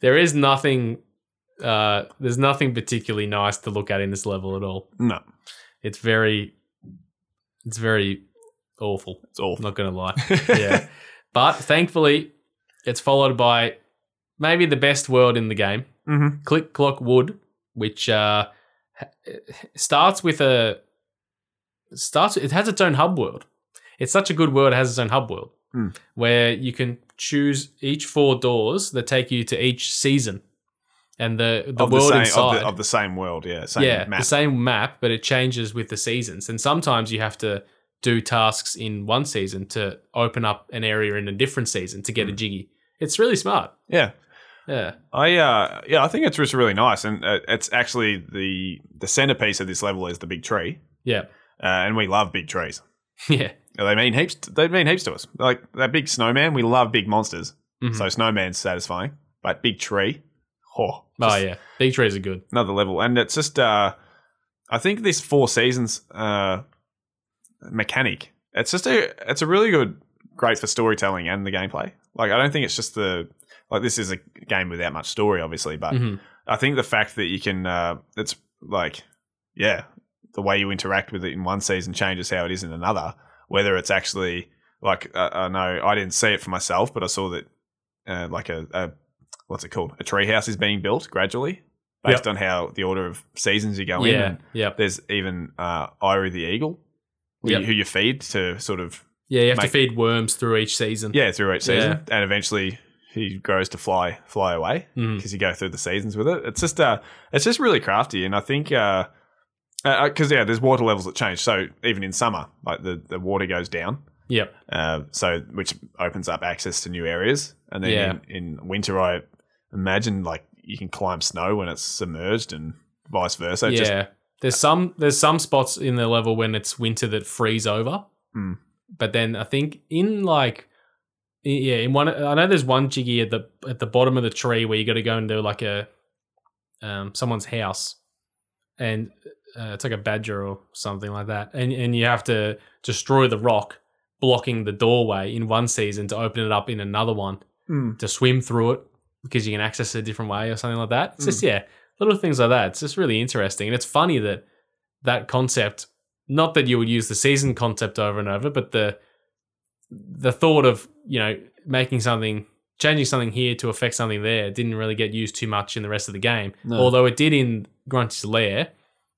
there is nothing. Uh, there's nothing particularly nice to look at in this level at all. No, It's very, it's very awful. it's awful. I'm not <laughs> gonna lie. <laughs> yeah. But thankfully, it's followed by maybe the best world in the game, Mm-hmm. Click Clock Wood, which uh, h- starts with a starts. It has its own hub world. It's such a good world. It has its own hub world Hmm. where you can choose each four doors that take you to each season, and the the of world the same, inside Of the, of the same world, yeah. Same yeah, map. the same map, but it changes with the seasons. And sometimes you have to do tasks in one season to open up an area in a different season to get a jiggy. It's really smart. Hmm. Yeah. Yeah. <laughs> I uh yeah, I think it's just really nice, and uh, it's actually the the centerpiece of this level is the big tree, Yeah. uh, and we love big trees. Yeah. They mean heaps. They mean heaps to us. Like that big snowman, we love big monsters, Mhm. so snowman's satisfying. But big tree, oh, Oh just yeah. Big trees are good. another level, and it's just uh, I think this four seasons uh mechanic. It's just a it's a really good, great for storytelling and the gameplay. Like I don't think it's just the like this is a game without much story, obviously, but. Mhm. I think the fact that you can, uh, it's like, yeah, the way you interact with it in one season changes how it is in another. Whether it's actually like, uh, I know I didn't see it for myself, but I saw that uh, like a, a what's it called, a treehouse is being built gradually based on how the order of seasons you go in. Yeah. And Yep. there's even uh, Iru the eagle, who you- Yep. who you feed to sort of Yeah. You have to Make- feed worms through each season. yeah through each season, and eventually he grows to fly fly away Mhm. because you go through the seasons with it. It's just uh, it's just really crafty, and I think because uh, uh 'cause yeah, there's water levels that change. So even in summer, like the, the water goes down, Yep. uh, so which opens up access to new areas. And then Yeah. in, in winter, I imagine like you can climb snow when it's submerged, and vice versa. It yeah. Just, there's some there's some spots in the level when it's winter that freeze over. Hmm. But then I think in like i- yeah, in one I know there's one jiggy at the at the bottom of the tree where you got to go into like a um someone's house and uh, it's like a badger or something like that. And and you have to destroy the rock blocking the doorway in one season to open it up in another one Hmm. to swim through it because you can access it a different way or something like that. Hmm. It's just yeah, little things like that. It's just really interesting, and it's funny that that concept. Not that you would use the season concept over and over, but the the thought of you know making something, changing something here to affect something there, didn't really get used too much in the rest of the game. No. Although it did in Grunty's lair.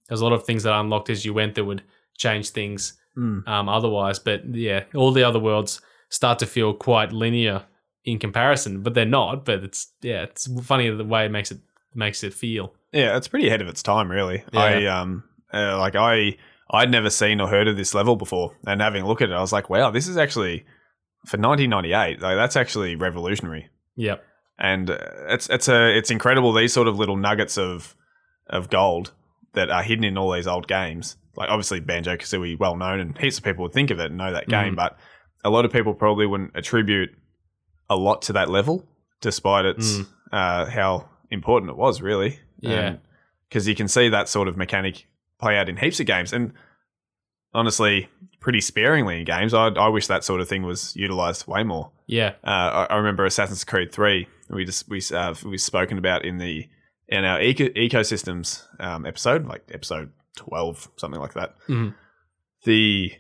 There's a lot of things that unlocked as you went that would change things Mm. um, otherwise. But yeah, all the other worlds start to feel quite linear in comparison, but they're not. But it's yeah, it's funny the way it makes it makes it feel. yeah, it's pretty ahead of its time, really. Yeah. I um, uh, like I I'd never seen or heard of this level before, and having a look at it, I was like, wow, this is actually for 1998. Like that's actually revolutionary. Yep. and uh, it's it's a it's incredible these sort of little nuggets of of gold that are hidden in all these old games. Like obviously Banjo Kazooie, well known, and heaps of people would think of it and know that Mm. game, but a lot of people probably wouldn't attribute a lot to that level, despite its Mm. uh, how important it was, really. Yeah. Because you can see that sort of mechanic play out in heaps of games. And honestly, pretty sparingly in games. I, I wish that sort of thing was utilized way more. Yeah. <laughs> Uh, I, I remember Assassin's Creed 3, we just, we, uh, we've spoken about in the, in our eco- ecosystems um, episode, like episode 12, something like that. Mhm. The,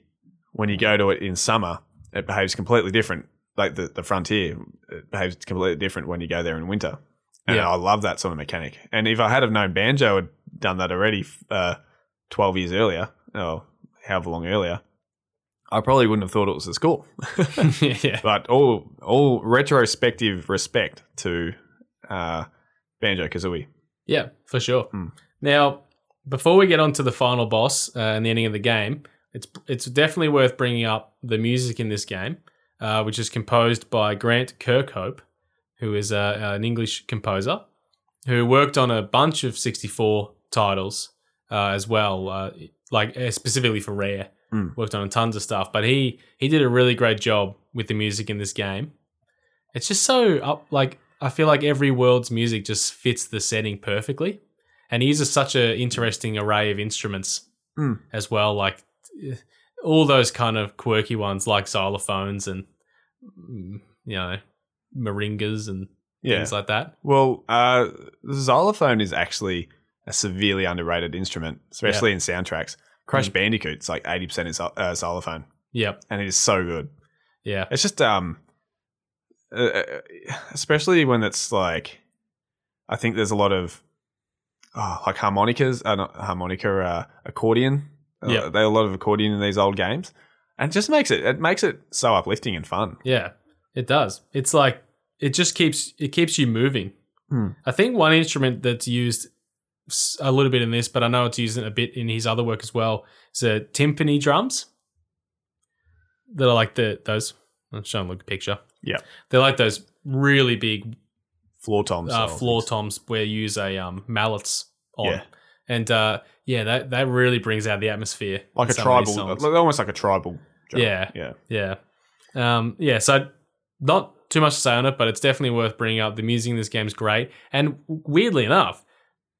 when you go to it in summer, it behaves completely different. Like the, the frontier, it behaves completely different when you go there in winter. And Yeah. I love that sort of mechanic. And if I had have known Banjo had done that already f- uh, 12 years earlier, or however long earlier, I probably wouldn't have thought it was as cool. yeah. But all all retrospective respect to uh, Banjo Kazooie. Yeah, for sure. Mm. Now, before we get on to the final boss uh, and the ending of the game, it's it's definitely worth bringing up the music in this game, uh, which is composed by Grant Kirkhope, who is uh, an English composer who worked on a bunch of 64 titles uh, as well, uh, like uh, specifically for Rare. Mm. Worked on tons of stuff, but he he did a really great job with the music in this game. It's just so up like I feel like every world's music just fits the setting perfectly, and he uses such an interesting array of instruments Mm. as well, like eh, all those kind of quirky ones like xylophones and mm, you know moringas and Yeah. things like that. Well, uh, the xylophone is actually a severely underrated instrument, especially in soundtracks. Crash Bandicoot's like eighty percent is xy- uh, xylophone, Yep. and it is so good. Yeah. It's just um, uh, uh, especially when it's like, I think there's a lot of oh, like harmonicas, uh, not harmonica, uh, accordion. Uh, Yeah. they a lot of accordion in these old games, and it just makes it it makes it so uplifting and fun. Yeah, it does. It's like it just keeps it keeps you moving. Hmm. I think one instrument that's used s- a little bit in this, but I know it's used a bit in his other work as well. Is uh, timpani drums that are like the those. I'm just trying to look at a picture. Yeah. they're like those really big Floor toms, uh, style floor things. toms where you use a um, mallets on. Yeah. And uh, yeah, that that really brings out the atmosphere. in like a some of tribal, these songs. like- almost like a tribal. drum. Yeah. yeah. Yeah. Um, yeah, so not too much to say on it, but it's definitely worth bringing up. The music in this game's great. And weirdly enough,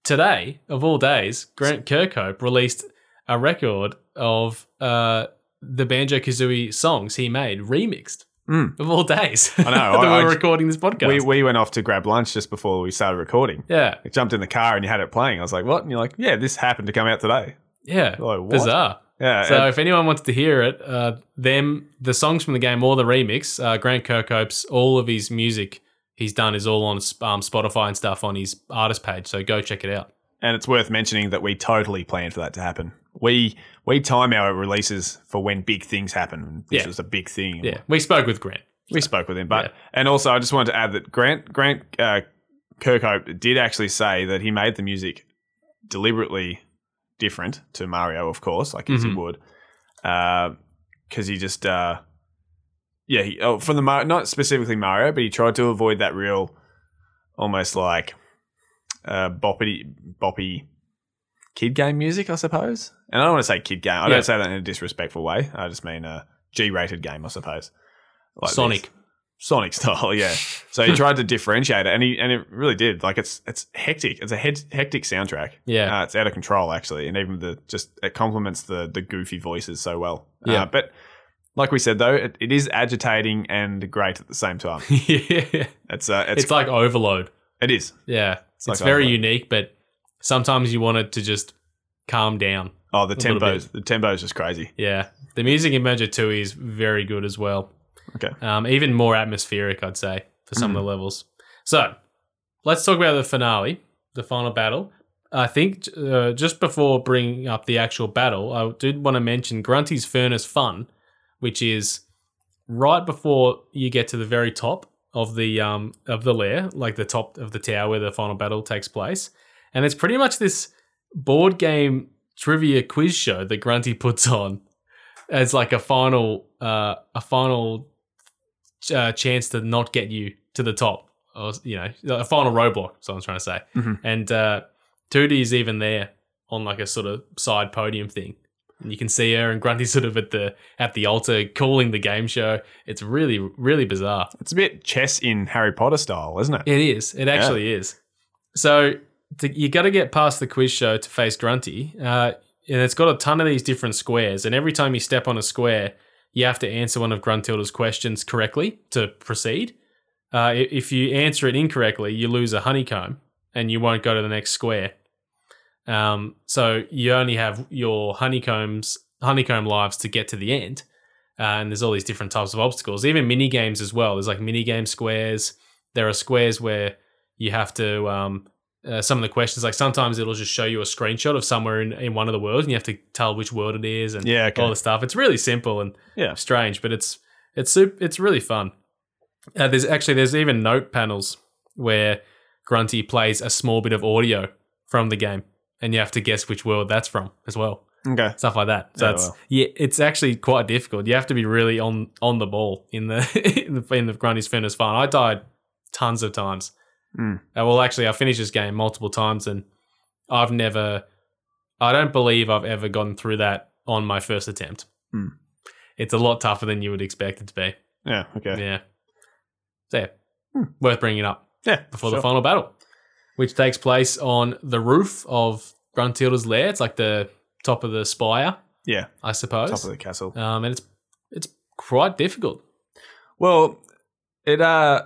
today, of all days, Grant Kirkhope released a record of uh, the Banjo Kazooie songs he made remixed. Mm. Of all days. I know, <laughs> that I- we're I- recording this podcast. We we went off to grab lunch just before we started recording. yeah. I jumped in the car and you had it playing. I was like, "What?" And you're like, "Yeah, this happened to come out today." Yeah. Like, what? Bizarre. Yeah, So Uh, and- if anyone wants to hear it, uh, them the songs from the game or the remix, uh, Grant Kirkhope's all of his music he's done is all on um, Spotify and stuff on his artist page. So go check it out. And it's worth mentioning that we totally planned for that to happen. We we time our releases for when big things happen. and This Yeah. was a big thing. Yeah, we spoke with Grant. We spoke with him, but Yeah. and also I just wanted to add that Grant Grant uh, Kirkhope did actually say that he made the music deliberately different to Mario, of course, like as he Mhm. would, because he just uh, yeah, he, oh, from the Mar- not specifically Mario, but he tried to avoid that real almost like uh, boppity boppy kid game music, I suppose. And I don't want to say kid game. I Yeah. don't say that in a disrespectful way. I just mean a G-rated game, I suppose. Like this. Sonic. Sonic style, <laughs> yeah. So he tried to differentiate it, and he and it really did. Like it's it's hectic. It's a hec- hectic soundtrack. Yeah, Uh, it's out of control actually, and even the just it complements the the goofy voices so well. Uh, Yeah. but like we said though, it, it is agitating and great at the same time. <laughs> yeah. It's uh, it's, It's like overload. it is. Yeah, it's, like very overload. unique, but sometimes you want it to just calm down. Oh, the little tempo's the tempo's just crazy. Yeah, the music in Banjo Tooie is very good as well. Okay. um, even more atmospheric, I'd say, for some of the levels. So, let's talk about the finale, the final battle. I think uh, just before bringing up the actual battle, I did want to mention Grunty's Furnace Fun, which is right before you get to the very top of the um, of the lair, like the top of the tower where the final battle takes place, and it's pretty much this board game trivia quiz show that Grunty puts on as like a final uh, a final uh, chance to not get you to the top, or you know, a final roadblock. So I'm trying to say, Mhm. and uh, Tootie is even there on like a sort of side podium thing. And you can see her and Grunty sort of at the at the altar calling the game show. It's really really bizarre. It's a bit chess in Harry Potter style, isn't it? It is. It actually is. So to, you got to get past the quiz show to face Grunty, uh, and it's got a ton of these different squares. And every time you step on a square, you have to answer one of Gruntilda's questions correctly to proceed. Uh, i- if you answer it incorrectly, you lose a honeycomb and you won't go to the next square. Um, so you only have your honeycombs, honeycomb lives to get to the end. Uh, and there's all these different types of obstacles, even mini games as well. There's like mini game squares. There are squares where you have to um, uh, some of the questions. Like sometimes it'll just show you a screenshot of somewhere in, in one of the worlds, and you have to tell which world it is and Yeah, okay. all the stuff. It's really simple and Yeah. strange, but it's it's sup- it's really fun. Uh, there's actually there's even note panels where Grunty plays a small bit of audio from the game, and you have to guess which world that's from as well. Okay. Stuff like that. So Yeah, it's well. yeah, it's actually quite difficult. You have to be really on on the ball in the <laughs> in the, in the Grunty's Furnace Farm. I died tons of times. Hmm. Uh, well, actually, I finished this game multiple times, and I've never, I don't believe I've ever gone through that on my first attempt. Hmm. It's a lot tougher than you would expect it to be. Yeah. Hmm. Okay. Yeah. So, yeah, worth bringing up Yeah. before sure. the final battle, which takes place on the roof of Gruntilda's lair. It's like the top of the spire, Yeah. I suppose. Top of the castle. um, and it's it's quite difficult. Well, it uh,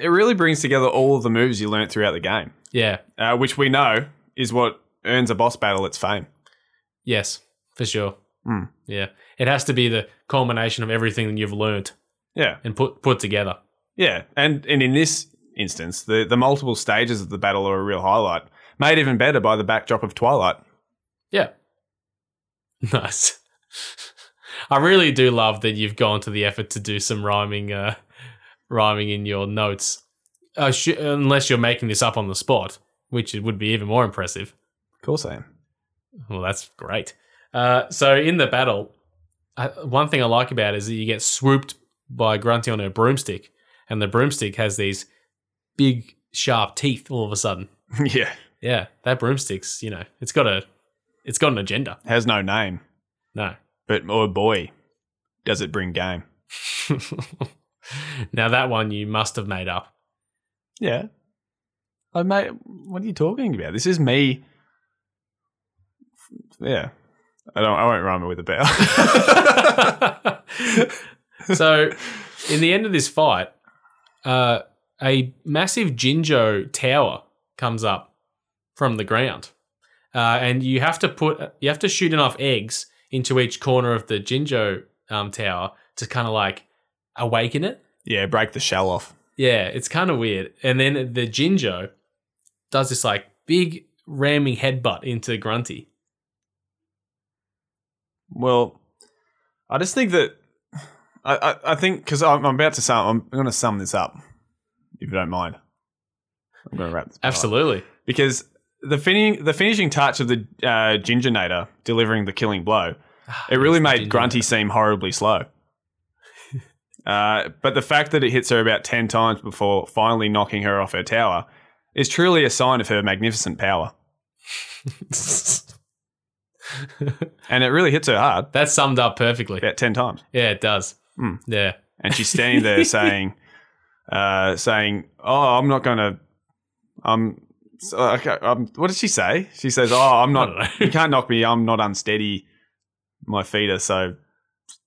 it really brings together all of the moves you learnt throughout the game, Yeah. uh, which we know is what earns a boss battle its fame. Yes, for sure. Hmm. Yeah, it has to be the culmination of everything that you've learned Yeah. and put put together. Yeah, and and in this instance, the the multiple stages of the battle are a real highlight, made even better by the backdrop of Twilight. Yeah, <laughs> nice. I really do love that you've gone to the effort to do some rhyming, uh, rhyming in your notes. Uh, sh- unless you're making this up on the spot, which it would be even more impressive. Of course, I am. <laughs> Well, that's great. Uh, so in the battle, I, one thing I like about it is that you get swooped by Grunty on her broomstick, and the broomstick has these big, sharp teeth. All of a sudden, yeah, yeah, that broomstick's you know it's got a it's got an agenda. has no name, No, but oh boy, does it bring game. <laughs> now that one you must have made up. Yeah, I mate, what are you talking about? This is me. Yeah, I don't. I won't rhyme it with a bell. so, in the end of this fight, uh, a massive Jinjo tower comes up from the ground, uh, and you have to put you have to shoot enough eggs into each corner of the Jinjo um, tower to kind of like awaken it. <laughs> yeah, break the shell off. Yeah, it's kind of weird. And then the Jinjo does this like big ramming headbutt into Grunty. Well, I just think that I I, I think because I'm, I'm about to sum I'm going to sum this up if you don't mind. I'm going to wrap this part up. Absolutely. because the fin- the finishing touch of the uh, Gingernator delivering the killing blow it really Yes, the made Grunty seem horribly slow. Uh, but the fact that it hits her about 10 times before finally knocking her off her tower is truly a sign of her magnificent power. <laughs> And it really hits her hard That's summed up perfectly. about 10 times. Yeah, it does. Hmm. Yeah. and she's standing there saying, uh, saying, "Oh, I'm not gonna, I'm, so- okay, um, what did she say? She says, "Oh, I'm <laughs> not, <laughs> I don't know. you can't knock me. I'm not unsteady. My feet are so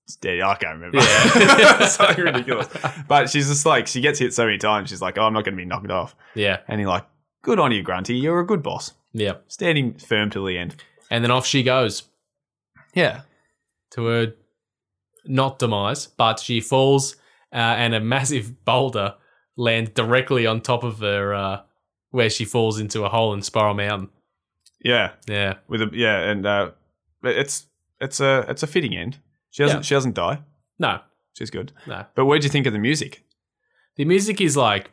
steady. I can't remember. Yeah. <laughs> It's <laughs> so ridiculous. But she's just like, she gets hit so many times. She's like, "Oh, I'm not gonna be knocked off." yeah. And you're like, "Good on you, Grunty. You're a good boss, Yeah. standing firm till the end." And then off she goes Yeah. to her not demise, but she falls uh, and a massive <laughs> boulder lands directly on top of her, uh, where she falls into a hole in Spiral Mountain. Yeah. Yeah. With a yeah, and uh, but it's it's a it's a fitting end. She doesn't Yeah. she doesn't die. No, She's good. no. But what would you think of the music? The music is like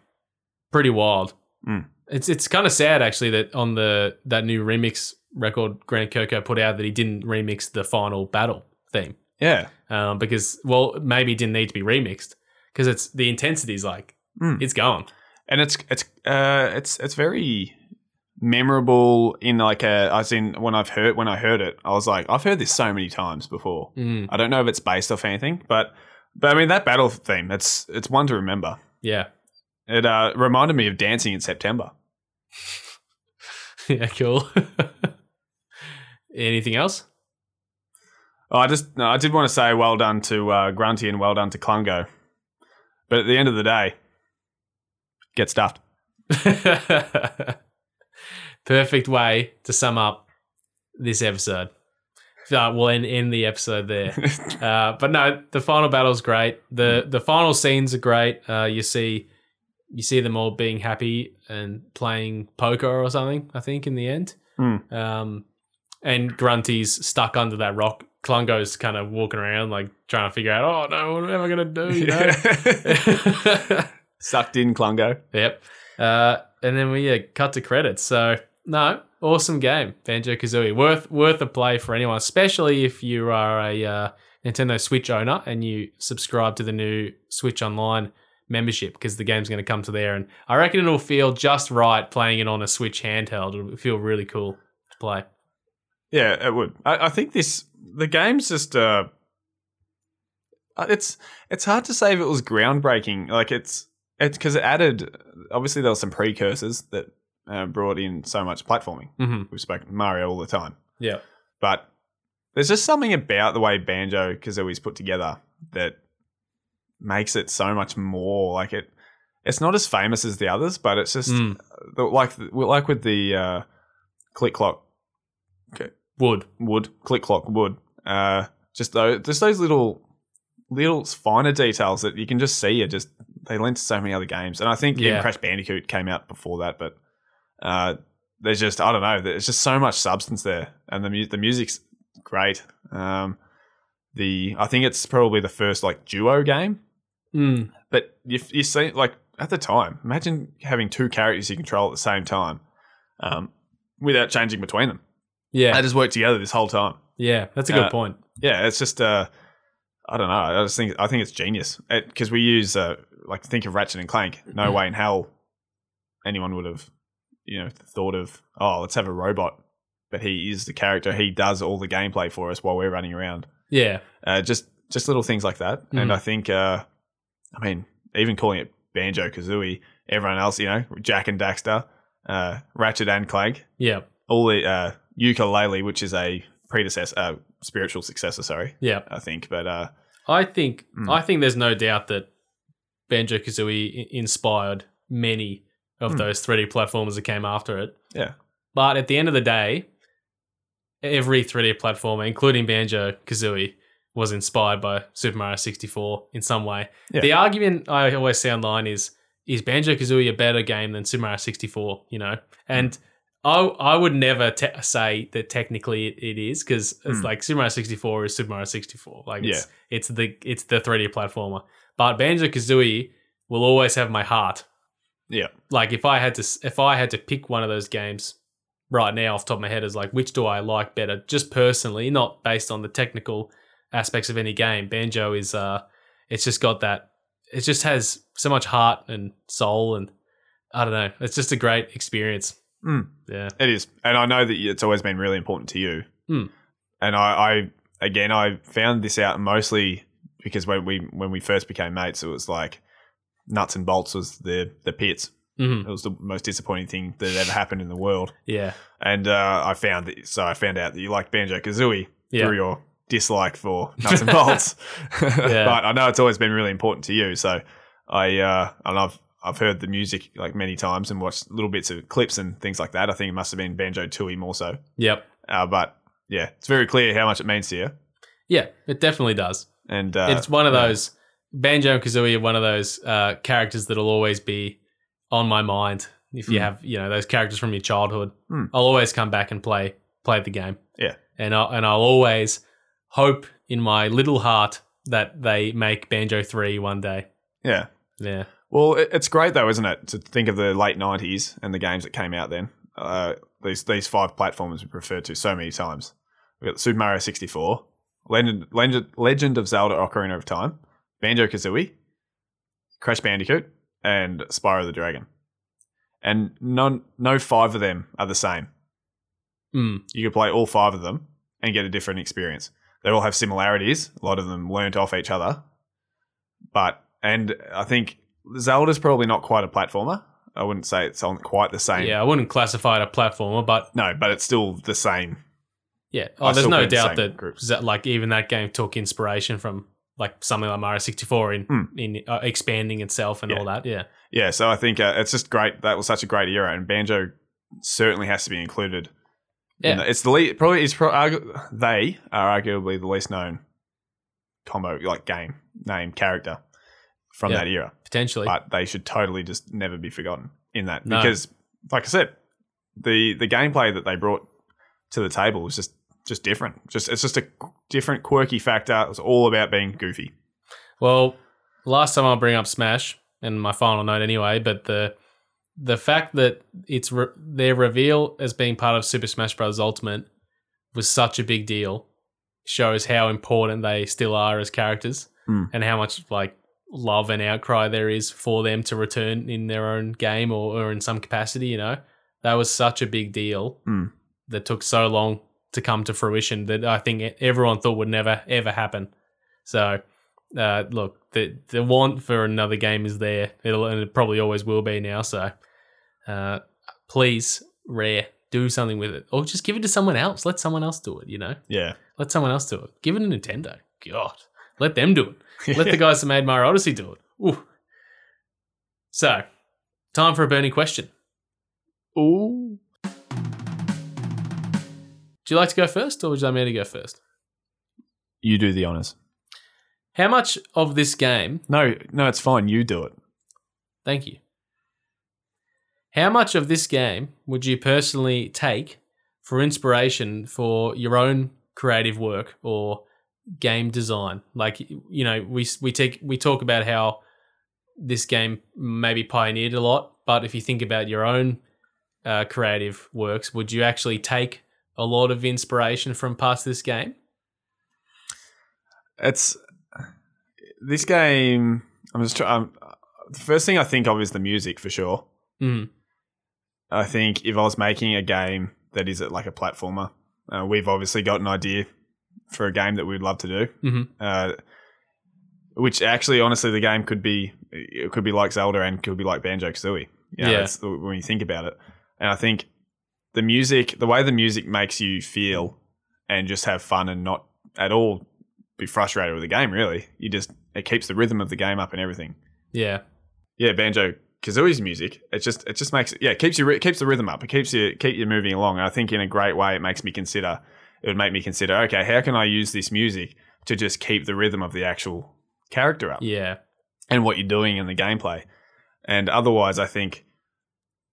pretty wild. Mm. It's it's kind of sad actually that on the that new remix record Grant Kirko put out that he didn't remix the final battle theme. Yeah. um, because well maybe it didn't need to be remixed because it's the intensity's like Mm. it's gone And it's it's uh it's it's very memorable in like a as in when I've heard when I heard it, I was like, I've heard this so many times before. Mm, I don't know if it's based off anything, but but I mean that battle theme, it's it's one to remember. yeah <laughs> It uh reminded me of dancing in September. yeah, cool. <laughs> Anything else? <laughs> Oh, I just no, I did want to say well done to uh, Grunty and well done to Klungo. But at the end of the day, get stuffed. Perfect way to sum up this episode. Uh, we'll end, end the episode there. Uh, but no, the final battle's great. the The final scenes are great. Uh, you see, you see them all being happy and playing poker or something. I think in the end, Mm. um, and Grunty's stuck under that rock. Klungo's kind of walking around like trying to figure out. Oh no, what am I gonna <laughs> do? You know? <laughs> Sucked in Klungo. Yep. Uh, and then we uh, cut to credits. So no, awesome game, Banjo Kazooie. Worth worth a play for anyone, especially if you are a uh, Nintendo Switch owner and you subscribe to the new Switch Online membership because the game's going to come to there. And I reckon it'll feel just right playing it on a Switch handheld. It'll feel really cool to play. Yeah, it would. I, I think this the game's just uh uh, it's it's hard to say if it was groundbreaking. Like it's it's because it added obviously there were some precursors that uh, brought in so much platforming. Mm-hmm. We've spoken Mario all the time, Yeah. but there's just something about the way Banjo Kazooie's put together that makes it so much more like it. It's not as famous as the others, but it's just Mm. the, like like with the uh, click clock Wood. wood, click clock wood. Uh, just those, just those little, little finer details that you can just see are just they lend to so many other games. And I think even Yeah. Crash Bandicoot came out before that, but uh, there's just I don't know, there's just so much substance there, and the mu- the music's great. Um, the I think it's probably the first like duo game, Mm. but you you see like at the time, imagine having two characters you control at the same time, um, without changing between them. Yeah. They just work together this whole time Yeah. That's a good Uh, point. yeah, it's just uh, I don't know. I just think I think it's genius because we use uh, like think of Ratchet and Clank. No way in hell anyone would have you know thought of oh let's have a robot, but he is the character. He does all the gameplay for us while we're running around. Yeah. Uh, just just little things like that, and I think uh, I mean even calling it Banjo Kazooie, everyone else you know Jack and Daxter, uh, Ratchet and Clank, Yeah. all the uh, ukulele, which is a predecessor, uh, spiritual successor. Sorry. Yeah. I think. But uh, I think Mm. I think there's no doubt that Banjo Kazooie inspired many of Mm. those 3D platformers that came after it. Yeah. But at the end of the day, every 3D platformer, including Banjo Kazooie, was inspired by Super Mario 64 in some way. Yeah. The argument I always see online is is Banjo Kazooie a better game than Super Mario 64? You know, and I I would never te- say that technically it, it is because it's Mm. like Super Mario 64 is Super Mario 64. Like Yeah. it's it's the it's the 3D platformer. But Banjo Kazooie will always have my heart. Yeah. Like if I had to s- if I had to pick one of those games right now off the top of my head is like which do I like better just personally, not based on the technical aspects of any game. Banjo is uh it's just got that it just has so much heart and soul and I don't know. It's just a great experience. Mm. Yeah. it is, and I know that it's always been really important to you. Hmm. And I, I again, I found this out mostly because when we when we first became mates, it was like nuts and bolts was the the pits. hmm It was the most disappointing thing that had ever happened in the world. Yeah. And uh, I found that, so I found out that you like Banjo Kazooie Yeah. through your dislike for nuts and <laughs> bolts. <laughs> But I know it's always been really important to you, so I uh, and I've I've heard the music like many times and watched little bits of clips and things like that. I think it must have been Banjo Tooie more so. Yep. Uh, but yeah, it's very clear how much it means to you. Yeah, it definitely does. And uh, it's one of yeah. those Banjo and Kazooie are one of those uh, characters that'll always be on my mind. If you Mm. have you know those characters from your childhood, Mm. I'll always come back and play play the game. Yeah. and I and I'll always hope in my little heart that they make Banjo Three one day. yeah. Yeah, Well, it, it's great though, isn't it, to think of the late '90s and the games that came out then. Uh, these these five platforms we referred to so many times. We got Super Mario 64, Legend Legend, Legend of Zelda: Ocarina of Time, Banjo Kazooie, Crash Bandicoot, and Spyro the Dragon. And none, no five of them are the same. mm. You could play all five of them and get a different experience. They all have similarities. A lot of them learnt off each other. But, and I think Zelda's probably not quite a platformer. I wouldn't say it's on quite the same. Yeah, I wouldn't classify it a platformer, but No, but it's still the same. yeah. Oh, I there's still no played the doubt same that groups. that like even that game took inspiration from like something like Mario 64 in Hmm. in uh, expanding itself and Yeah. all that. Yeah. Yeah, so I think uh, it's just great. That was such a great era, and banjo certainly has to be included. in Yeah. the- it's the least probably it's pro- argu- they are arguably the least known combo like game name character from Yeah. that era, Potentially. but they should totally just never be forgotten in that No. because, like I said, the the gameplay that they brought to the table was just just different. Just it's just a different quirky factor. It was all about being goofy. Well, last time I'll bring up Smash and my final note anyway, but the the fact that it's re- their reveal as being part of Super Smash Bros. Ultimate was such a big deal shows how important they still are as characters Hmm. and how much like love and outcry there is for them to return in their own game or, or in some capacity you know that was such a big deal Hmm. that took so long to come to fruition that i think everyone thought would never ever happen so uh, look, the the want for another game is there. It'll and it probably always will be now. So, uh, please, Rare, do something with it, or just give it to someone else. Let someone else do it. You know, <laughs> Yeah, let someone else do it. Give it to Nintendo. God, let them do it. <laughs> Let the guys that made Mario Odyssey do it. Ooh. So, time for a burning question. Ooh. Do you like to go first, or would you like me to go first? You do the honors. How much of this game No, no, it's fine. You do it. Thank you. How much of this game would you personally take for inspiration for your own creative work or game design? Like you know, we we take we talk about how this game maybe pioneered a lot, but if you think about your own uh, creative works, would you actually take a lot of inspiration from past this game? it's this game. I'm just trying. The first thing I think of is the music for sure. Mm. I think if I was making a game that is like a platformer, uh, we've obviously got an idea for a game that we'd love to do. Mhm. Uh, which actually, honestly, the game could be it could be like Zelda and could be like Banjo Kazooie. Yeah. when you think about it, and I think the music, the way the music makes you feel, and just have fun and not at all be frustrated with the game. Really, you just it keeps the rhythm of the game up and everything Yeah, yeah, banjo kazooie's music. It just it just makes yeah it keeps you it keeps the rhythm up. It keeps you keep you moving along. And I think in a great way, it makes me consider. It would make me consider okay, how can I use this music to just keep the rhythm of the actual character up yeah, and what you're doing in the gameplay. And otherwise, I think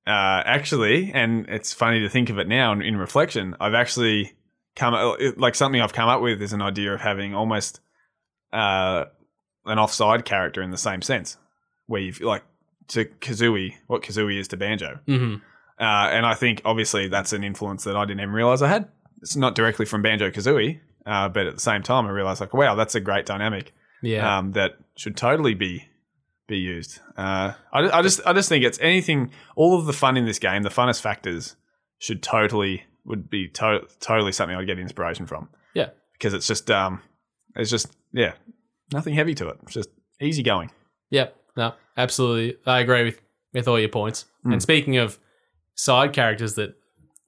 uh, actually, and it's funny to think of it now in, in reflection. I've actually come uh, it- like something I've come up with is an idea of having almost uh, an offside character in the same sense, where you've like to Kazooie, what Kazooie is to Banjo. hmm Uh, and I think obviously that's an influence that I didn't even realize I had. It's not directly from Banjo Kazooie, uh, but at the same time, I realized like, wow, that's a great dynamic yeah. um, that should totally be be used. Uh, I, I just I just think it's anything. All of the fun in this game, the funnest factors, should totally would be to- totally something I'd get inspiration from. Yeah. because it's just um, it's just yeah, nothing heavy to it. It's just easy going. Yep. No, absolutely. I agree with, with all your points. Hmm. And speaking of side characters that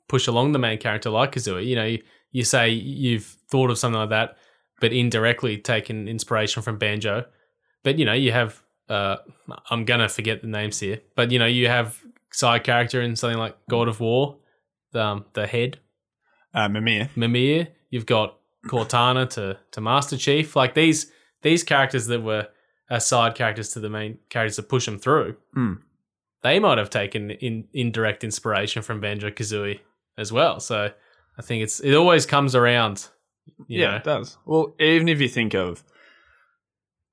push along the main character, like Kazooie, you know, you, you say you've thought of something like that, but indirectly taken inspiration from Banjo. But, you know, you have, uh, I'm going to forget the names here, but, you know, you have side character in something like God of War, um, the head, Uh, Mimir, Mimir. You've got Cortana to to Master Chief. Like these these characters that were uh, side characters to the main characters that push them through. Hmm. They might have taken in indirect inspiration from Banjo Kazooie as well. So I think it's it always comes around. You yeah, know. it does. Well, even if you think of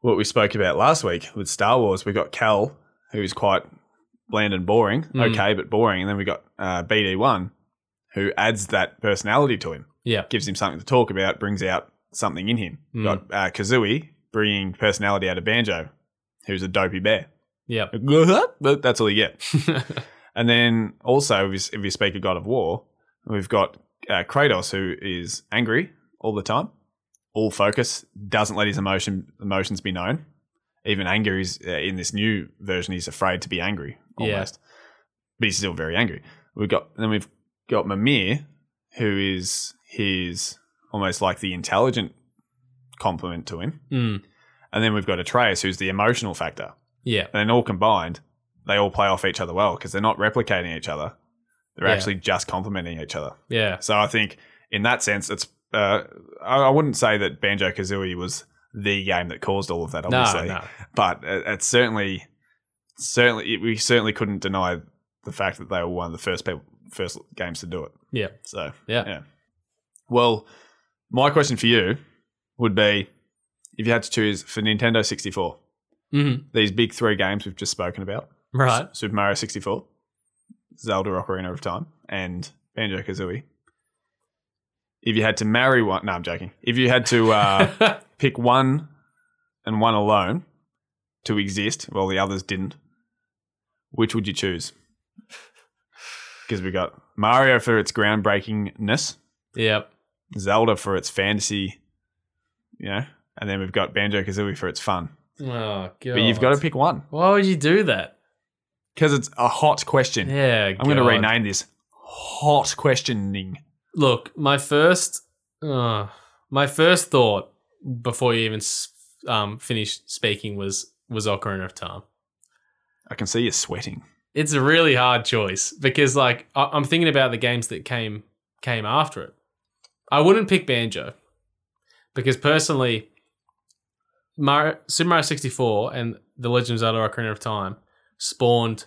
what we spoke about last week with Star Wars, we got Cal, who's quite bland and boring, Mm. okay, but boring, and then we got uh, BD1, who adds that personality to him, Yeah. gives him something to talk about, brings out something in him. Mm. Got uh, Kazooie bringing personality out of Banjo, who's a dopey <laughs> bear. Yep. But That's all you get. And then also, if you, if you speak of God of War, we've got uh, Kratos, who is angry all the time, all focus, doesn't let his emotion emotions be known. Even anger is uh, in this new version. He's afraid to be angry. Yeah. Almost. but he's still very angry. We've got then we've got Mimir, who is his almost like the intelligent complement to him, Mm. and then we've got Atreus, who's the emotional factor. Yeah. And then all combined, they all play off each other well because they're not replicating each other; they're Yeah. actually just complementing each other. Yeah. So I think in that sense, it's uh, I, I wouldn't say that Banjo Kazooie was the game that caused all of that, No, obviously, no. but it, it's certainly certainly it, we certainly couldn't deny the fact that they were one of the first people first games to do it. Yeah. So Yeah. Well, my question for you would be if you had to choose for Nintendo 64, Mhm. these big three games we've just spoken about, Right. S- Super Mario 64, Zelda Ocarina of Time, and Banjo Kazooie. If you had to marry one, no, I'm joking. If you had to <laughs> uh, pick one and one alone to exist while the others didn't, which would you choose? Because we got Mario for its groundbreakingness, yep. Zelda for its fantasy, you know, and then we've got Banjo Kazooie for its fun. Oh god. But you've got to pick one Why would you do that? because it's a hot question. Yeah. I'm going to God. rename this hot questioning. Look, my first, uh, my first thought before you even s- um, finished speaking was was Ocarina of Time. I can see you sweating. It's a really hard choice because, like, I- I'm thinking about the games that came came after it. I wouldn't pick Banjo because personally, Mario, Super Mario 64 and The Legend of Zelda: Ocarina of Time spawned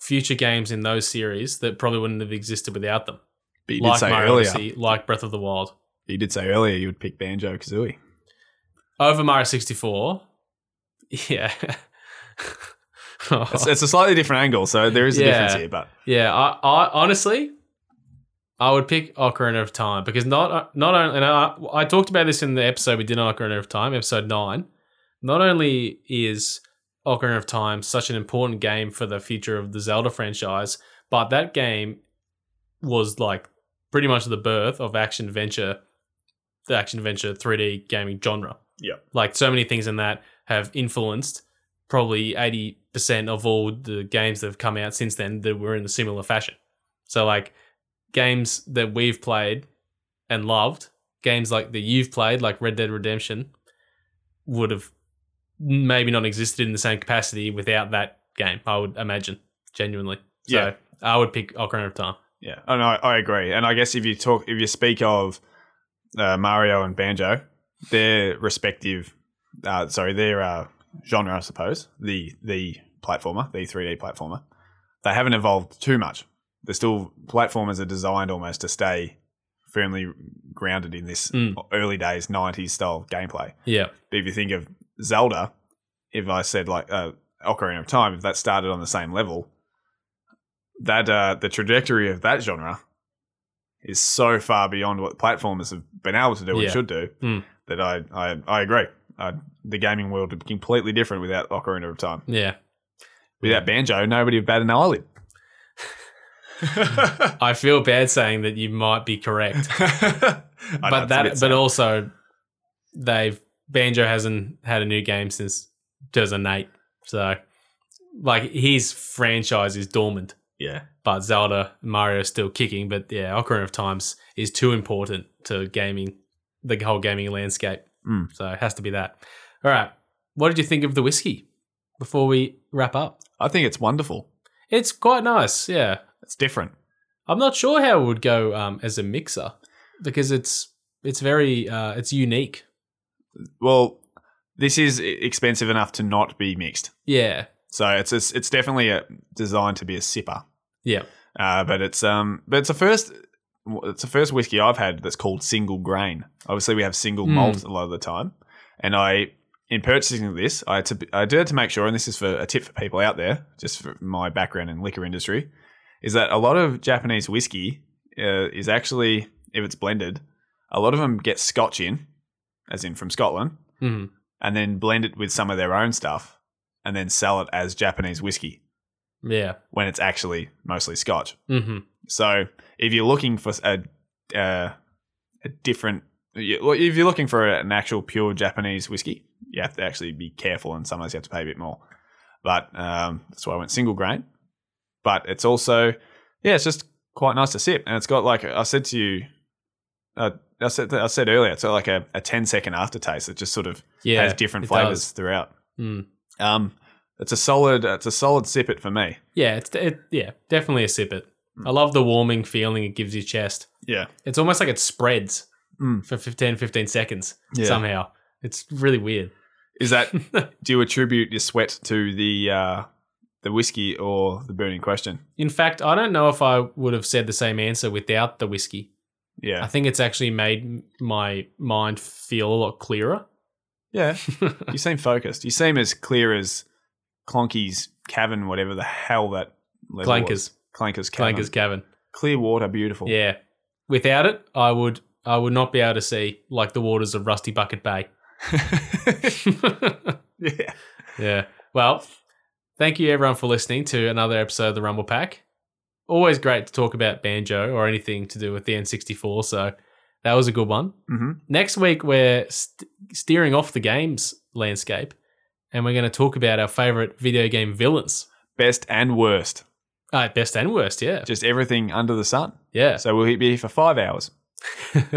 future games in those series that probably wouldn't have existed without them. But you did like say Mario earlier. Odyssey, like Breath of the Wild. You did say earlier you would pick Banjo Kazooie. over Mario 64. <laughs> Yeah. It's, it's a slightly different angle, so there is a Yeah. difference here. But Oh. yeah, I, I honestly I would pick Ocarina of Time because not not only and I, I talked about this in the episode we did on Ocarina of Time, episode 9. Not only is Ocarina of Time such an important game for the future of the Zelda franchise, but that game was like pretty much the birth of action adventure the action adventure 3D gaming genre. Yeah. Like so many things in that have influenced probably 80% of all the games that have come out since then that were in a similar fashion. So like games that we've played and loved, games like that you've played like Red Dead Redemption would have maybe not existed in the same capacity without that game, I would imagine, genuinely. So Yeah. I would pick Ocarina of Time. yeah, and I, I agree. And I guess if you talk, if you speak of uh, Mario and Banjo, their respective, uh, sorry, their uh, genre, I suppose, the the platformer, the 3D platformer, they haven't evolved too much. They're still platformers are designed almost to stay firmly grounded in this Mm. early days 90s style gameplay. Yeah. But if you think of Zelda, if I said like uh, Ocarina of Time, if that started on the same level, that uh, the trajectory of that genre is so far beyond what platformers have been able to do and Yeah. should do Hmm. that I I, I agree. Uh, the gaming world would be completely different without Ocarina of Time. Yeah. Without Banjo, nobody would bat an <laughs> eyelid. <laughs> I feel bad saying that you might be correct. <laughs> but that, but also, they've Banjo hasn't had a new game since 2008. So, like his franchise is dormant. yeah, But Zelda, Mario are still kicking. But yeah, Ocarina of Times is too important to gaming, the whole gaming landscape. Mm. So it has to be that. All right. What did you think of the whiskey before we wrap up? I think it's wonderful. It's quite nice. Yeah. It's different. I'm not sure how it would go um, as a mixer because it's it's very uh, it's unique. Well, this is e- expensive enough to not be mixed. Yeah, So it's it's, it's definitely a, designed to be a sipper. yeah, Uh, but it's um but it's the first it's the first whiskey I've had that's called single grain. Obviously, we have single Mm. malt a lot of the time, and I in purchasing this I had to, I did it to make sure, and this is for a tip for people out there, just for my background in liquor industry, is that a lot of Japanese whiskey uh, is actually if it's blended, a lot of them get Scotch in, as in from Scotland, Mhm. and then blend it with some of their own stuff, and then sell it as Japanese whiskey yeah, when it's actually mostly Scotch. hmm So if you're looking for a uh, a different, you- well, if you're looking for an actual pure Japanese whiskey, you have to actually be careful, and sometimes you have to pay a bit more. But um, that's why I went single grain, But it's also, yeah, it's just quite nice to sip. And it's got like, I said to you, uh, I said, I said earlier, it's got like a, a 10 second aftertaste that just sort of Yeah, has different it flavors does. throughout. Mm. Um, it's a solid, it's a solid sip it for me. Yeah, it's it, yeah, definitely a sip it. Hmm. I love the warming feeling it gives your chest. Yeah. It's almost like it spreads Mm. for 15, 15 seconds Yeah. somehow. It's really weird. <laughs> Is that, do you attribute your sweat to the, uh, the whiskey or the burning question? In fact, I don't know if I would have said the same answer without the whiskey. I Yeah. think it's actually made m- my mind feel a lot clearer. <laughs> Yeah. You seem focused. You seem as clear as Clonky's cavern, whatever the hell that level was. Clankers, Clanker's cavern. Clankers Cavern. Clear water, beautiful. Yeah. Without it, I would I would not be able to see like the waters of Rusty Bucket Bay. <laughs> yeah. yeah. Well, thank you everyone for listening to another episode of the Rumble Pack. Always great to talk about banjo or anything to do with the N64, so that was a good one. hmm Next week we're st- steering off the games landscape and we're going to talk about our favorite video game villains. <laughs> Best and worst. Uh, best and worst, yeah. Just everything under the sun. Yeah. So we'll be here for five hours. <laughs>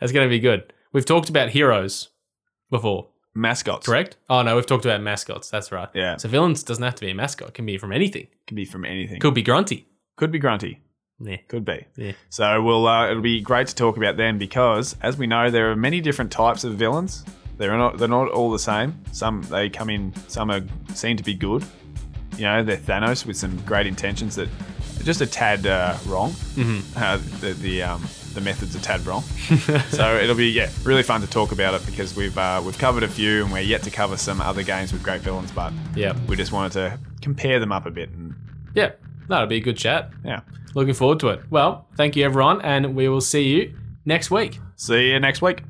That's going to be good. We've talked about heroes before, Mascots. correct? Oh, no, we've talked about mascots. That's right. Yeah. So villains doesn't have to be a mascot. It can be from anything. Could be from anything. Could be Grunty. Could be grunty. Yeah. Could be. Yeah. So we'll. Uh, it'll be great to talk about them because, as we know, there are many different types of villains. They're not. They're not all the same. Some they come in. Some are seem to be good. You know, they're Thanos with some great intentions that are just a tad uh, wrong. Mm-hmm. Uh, the the um, the methods are tad wrong. <laughs> so it'll be yeah really fun to talk about it because we've uh, we've covered a few and we're yet to cover some other games with great villains, but Yeah. we just wanted to compare them up a bit and Yeah. That'll be a good chat. yeah. Looking forward to it. Well, thank you, everyone, and we will see you next week. See you next week.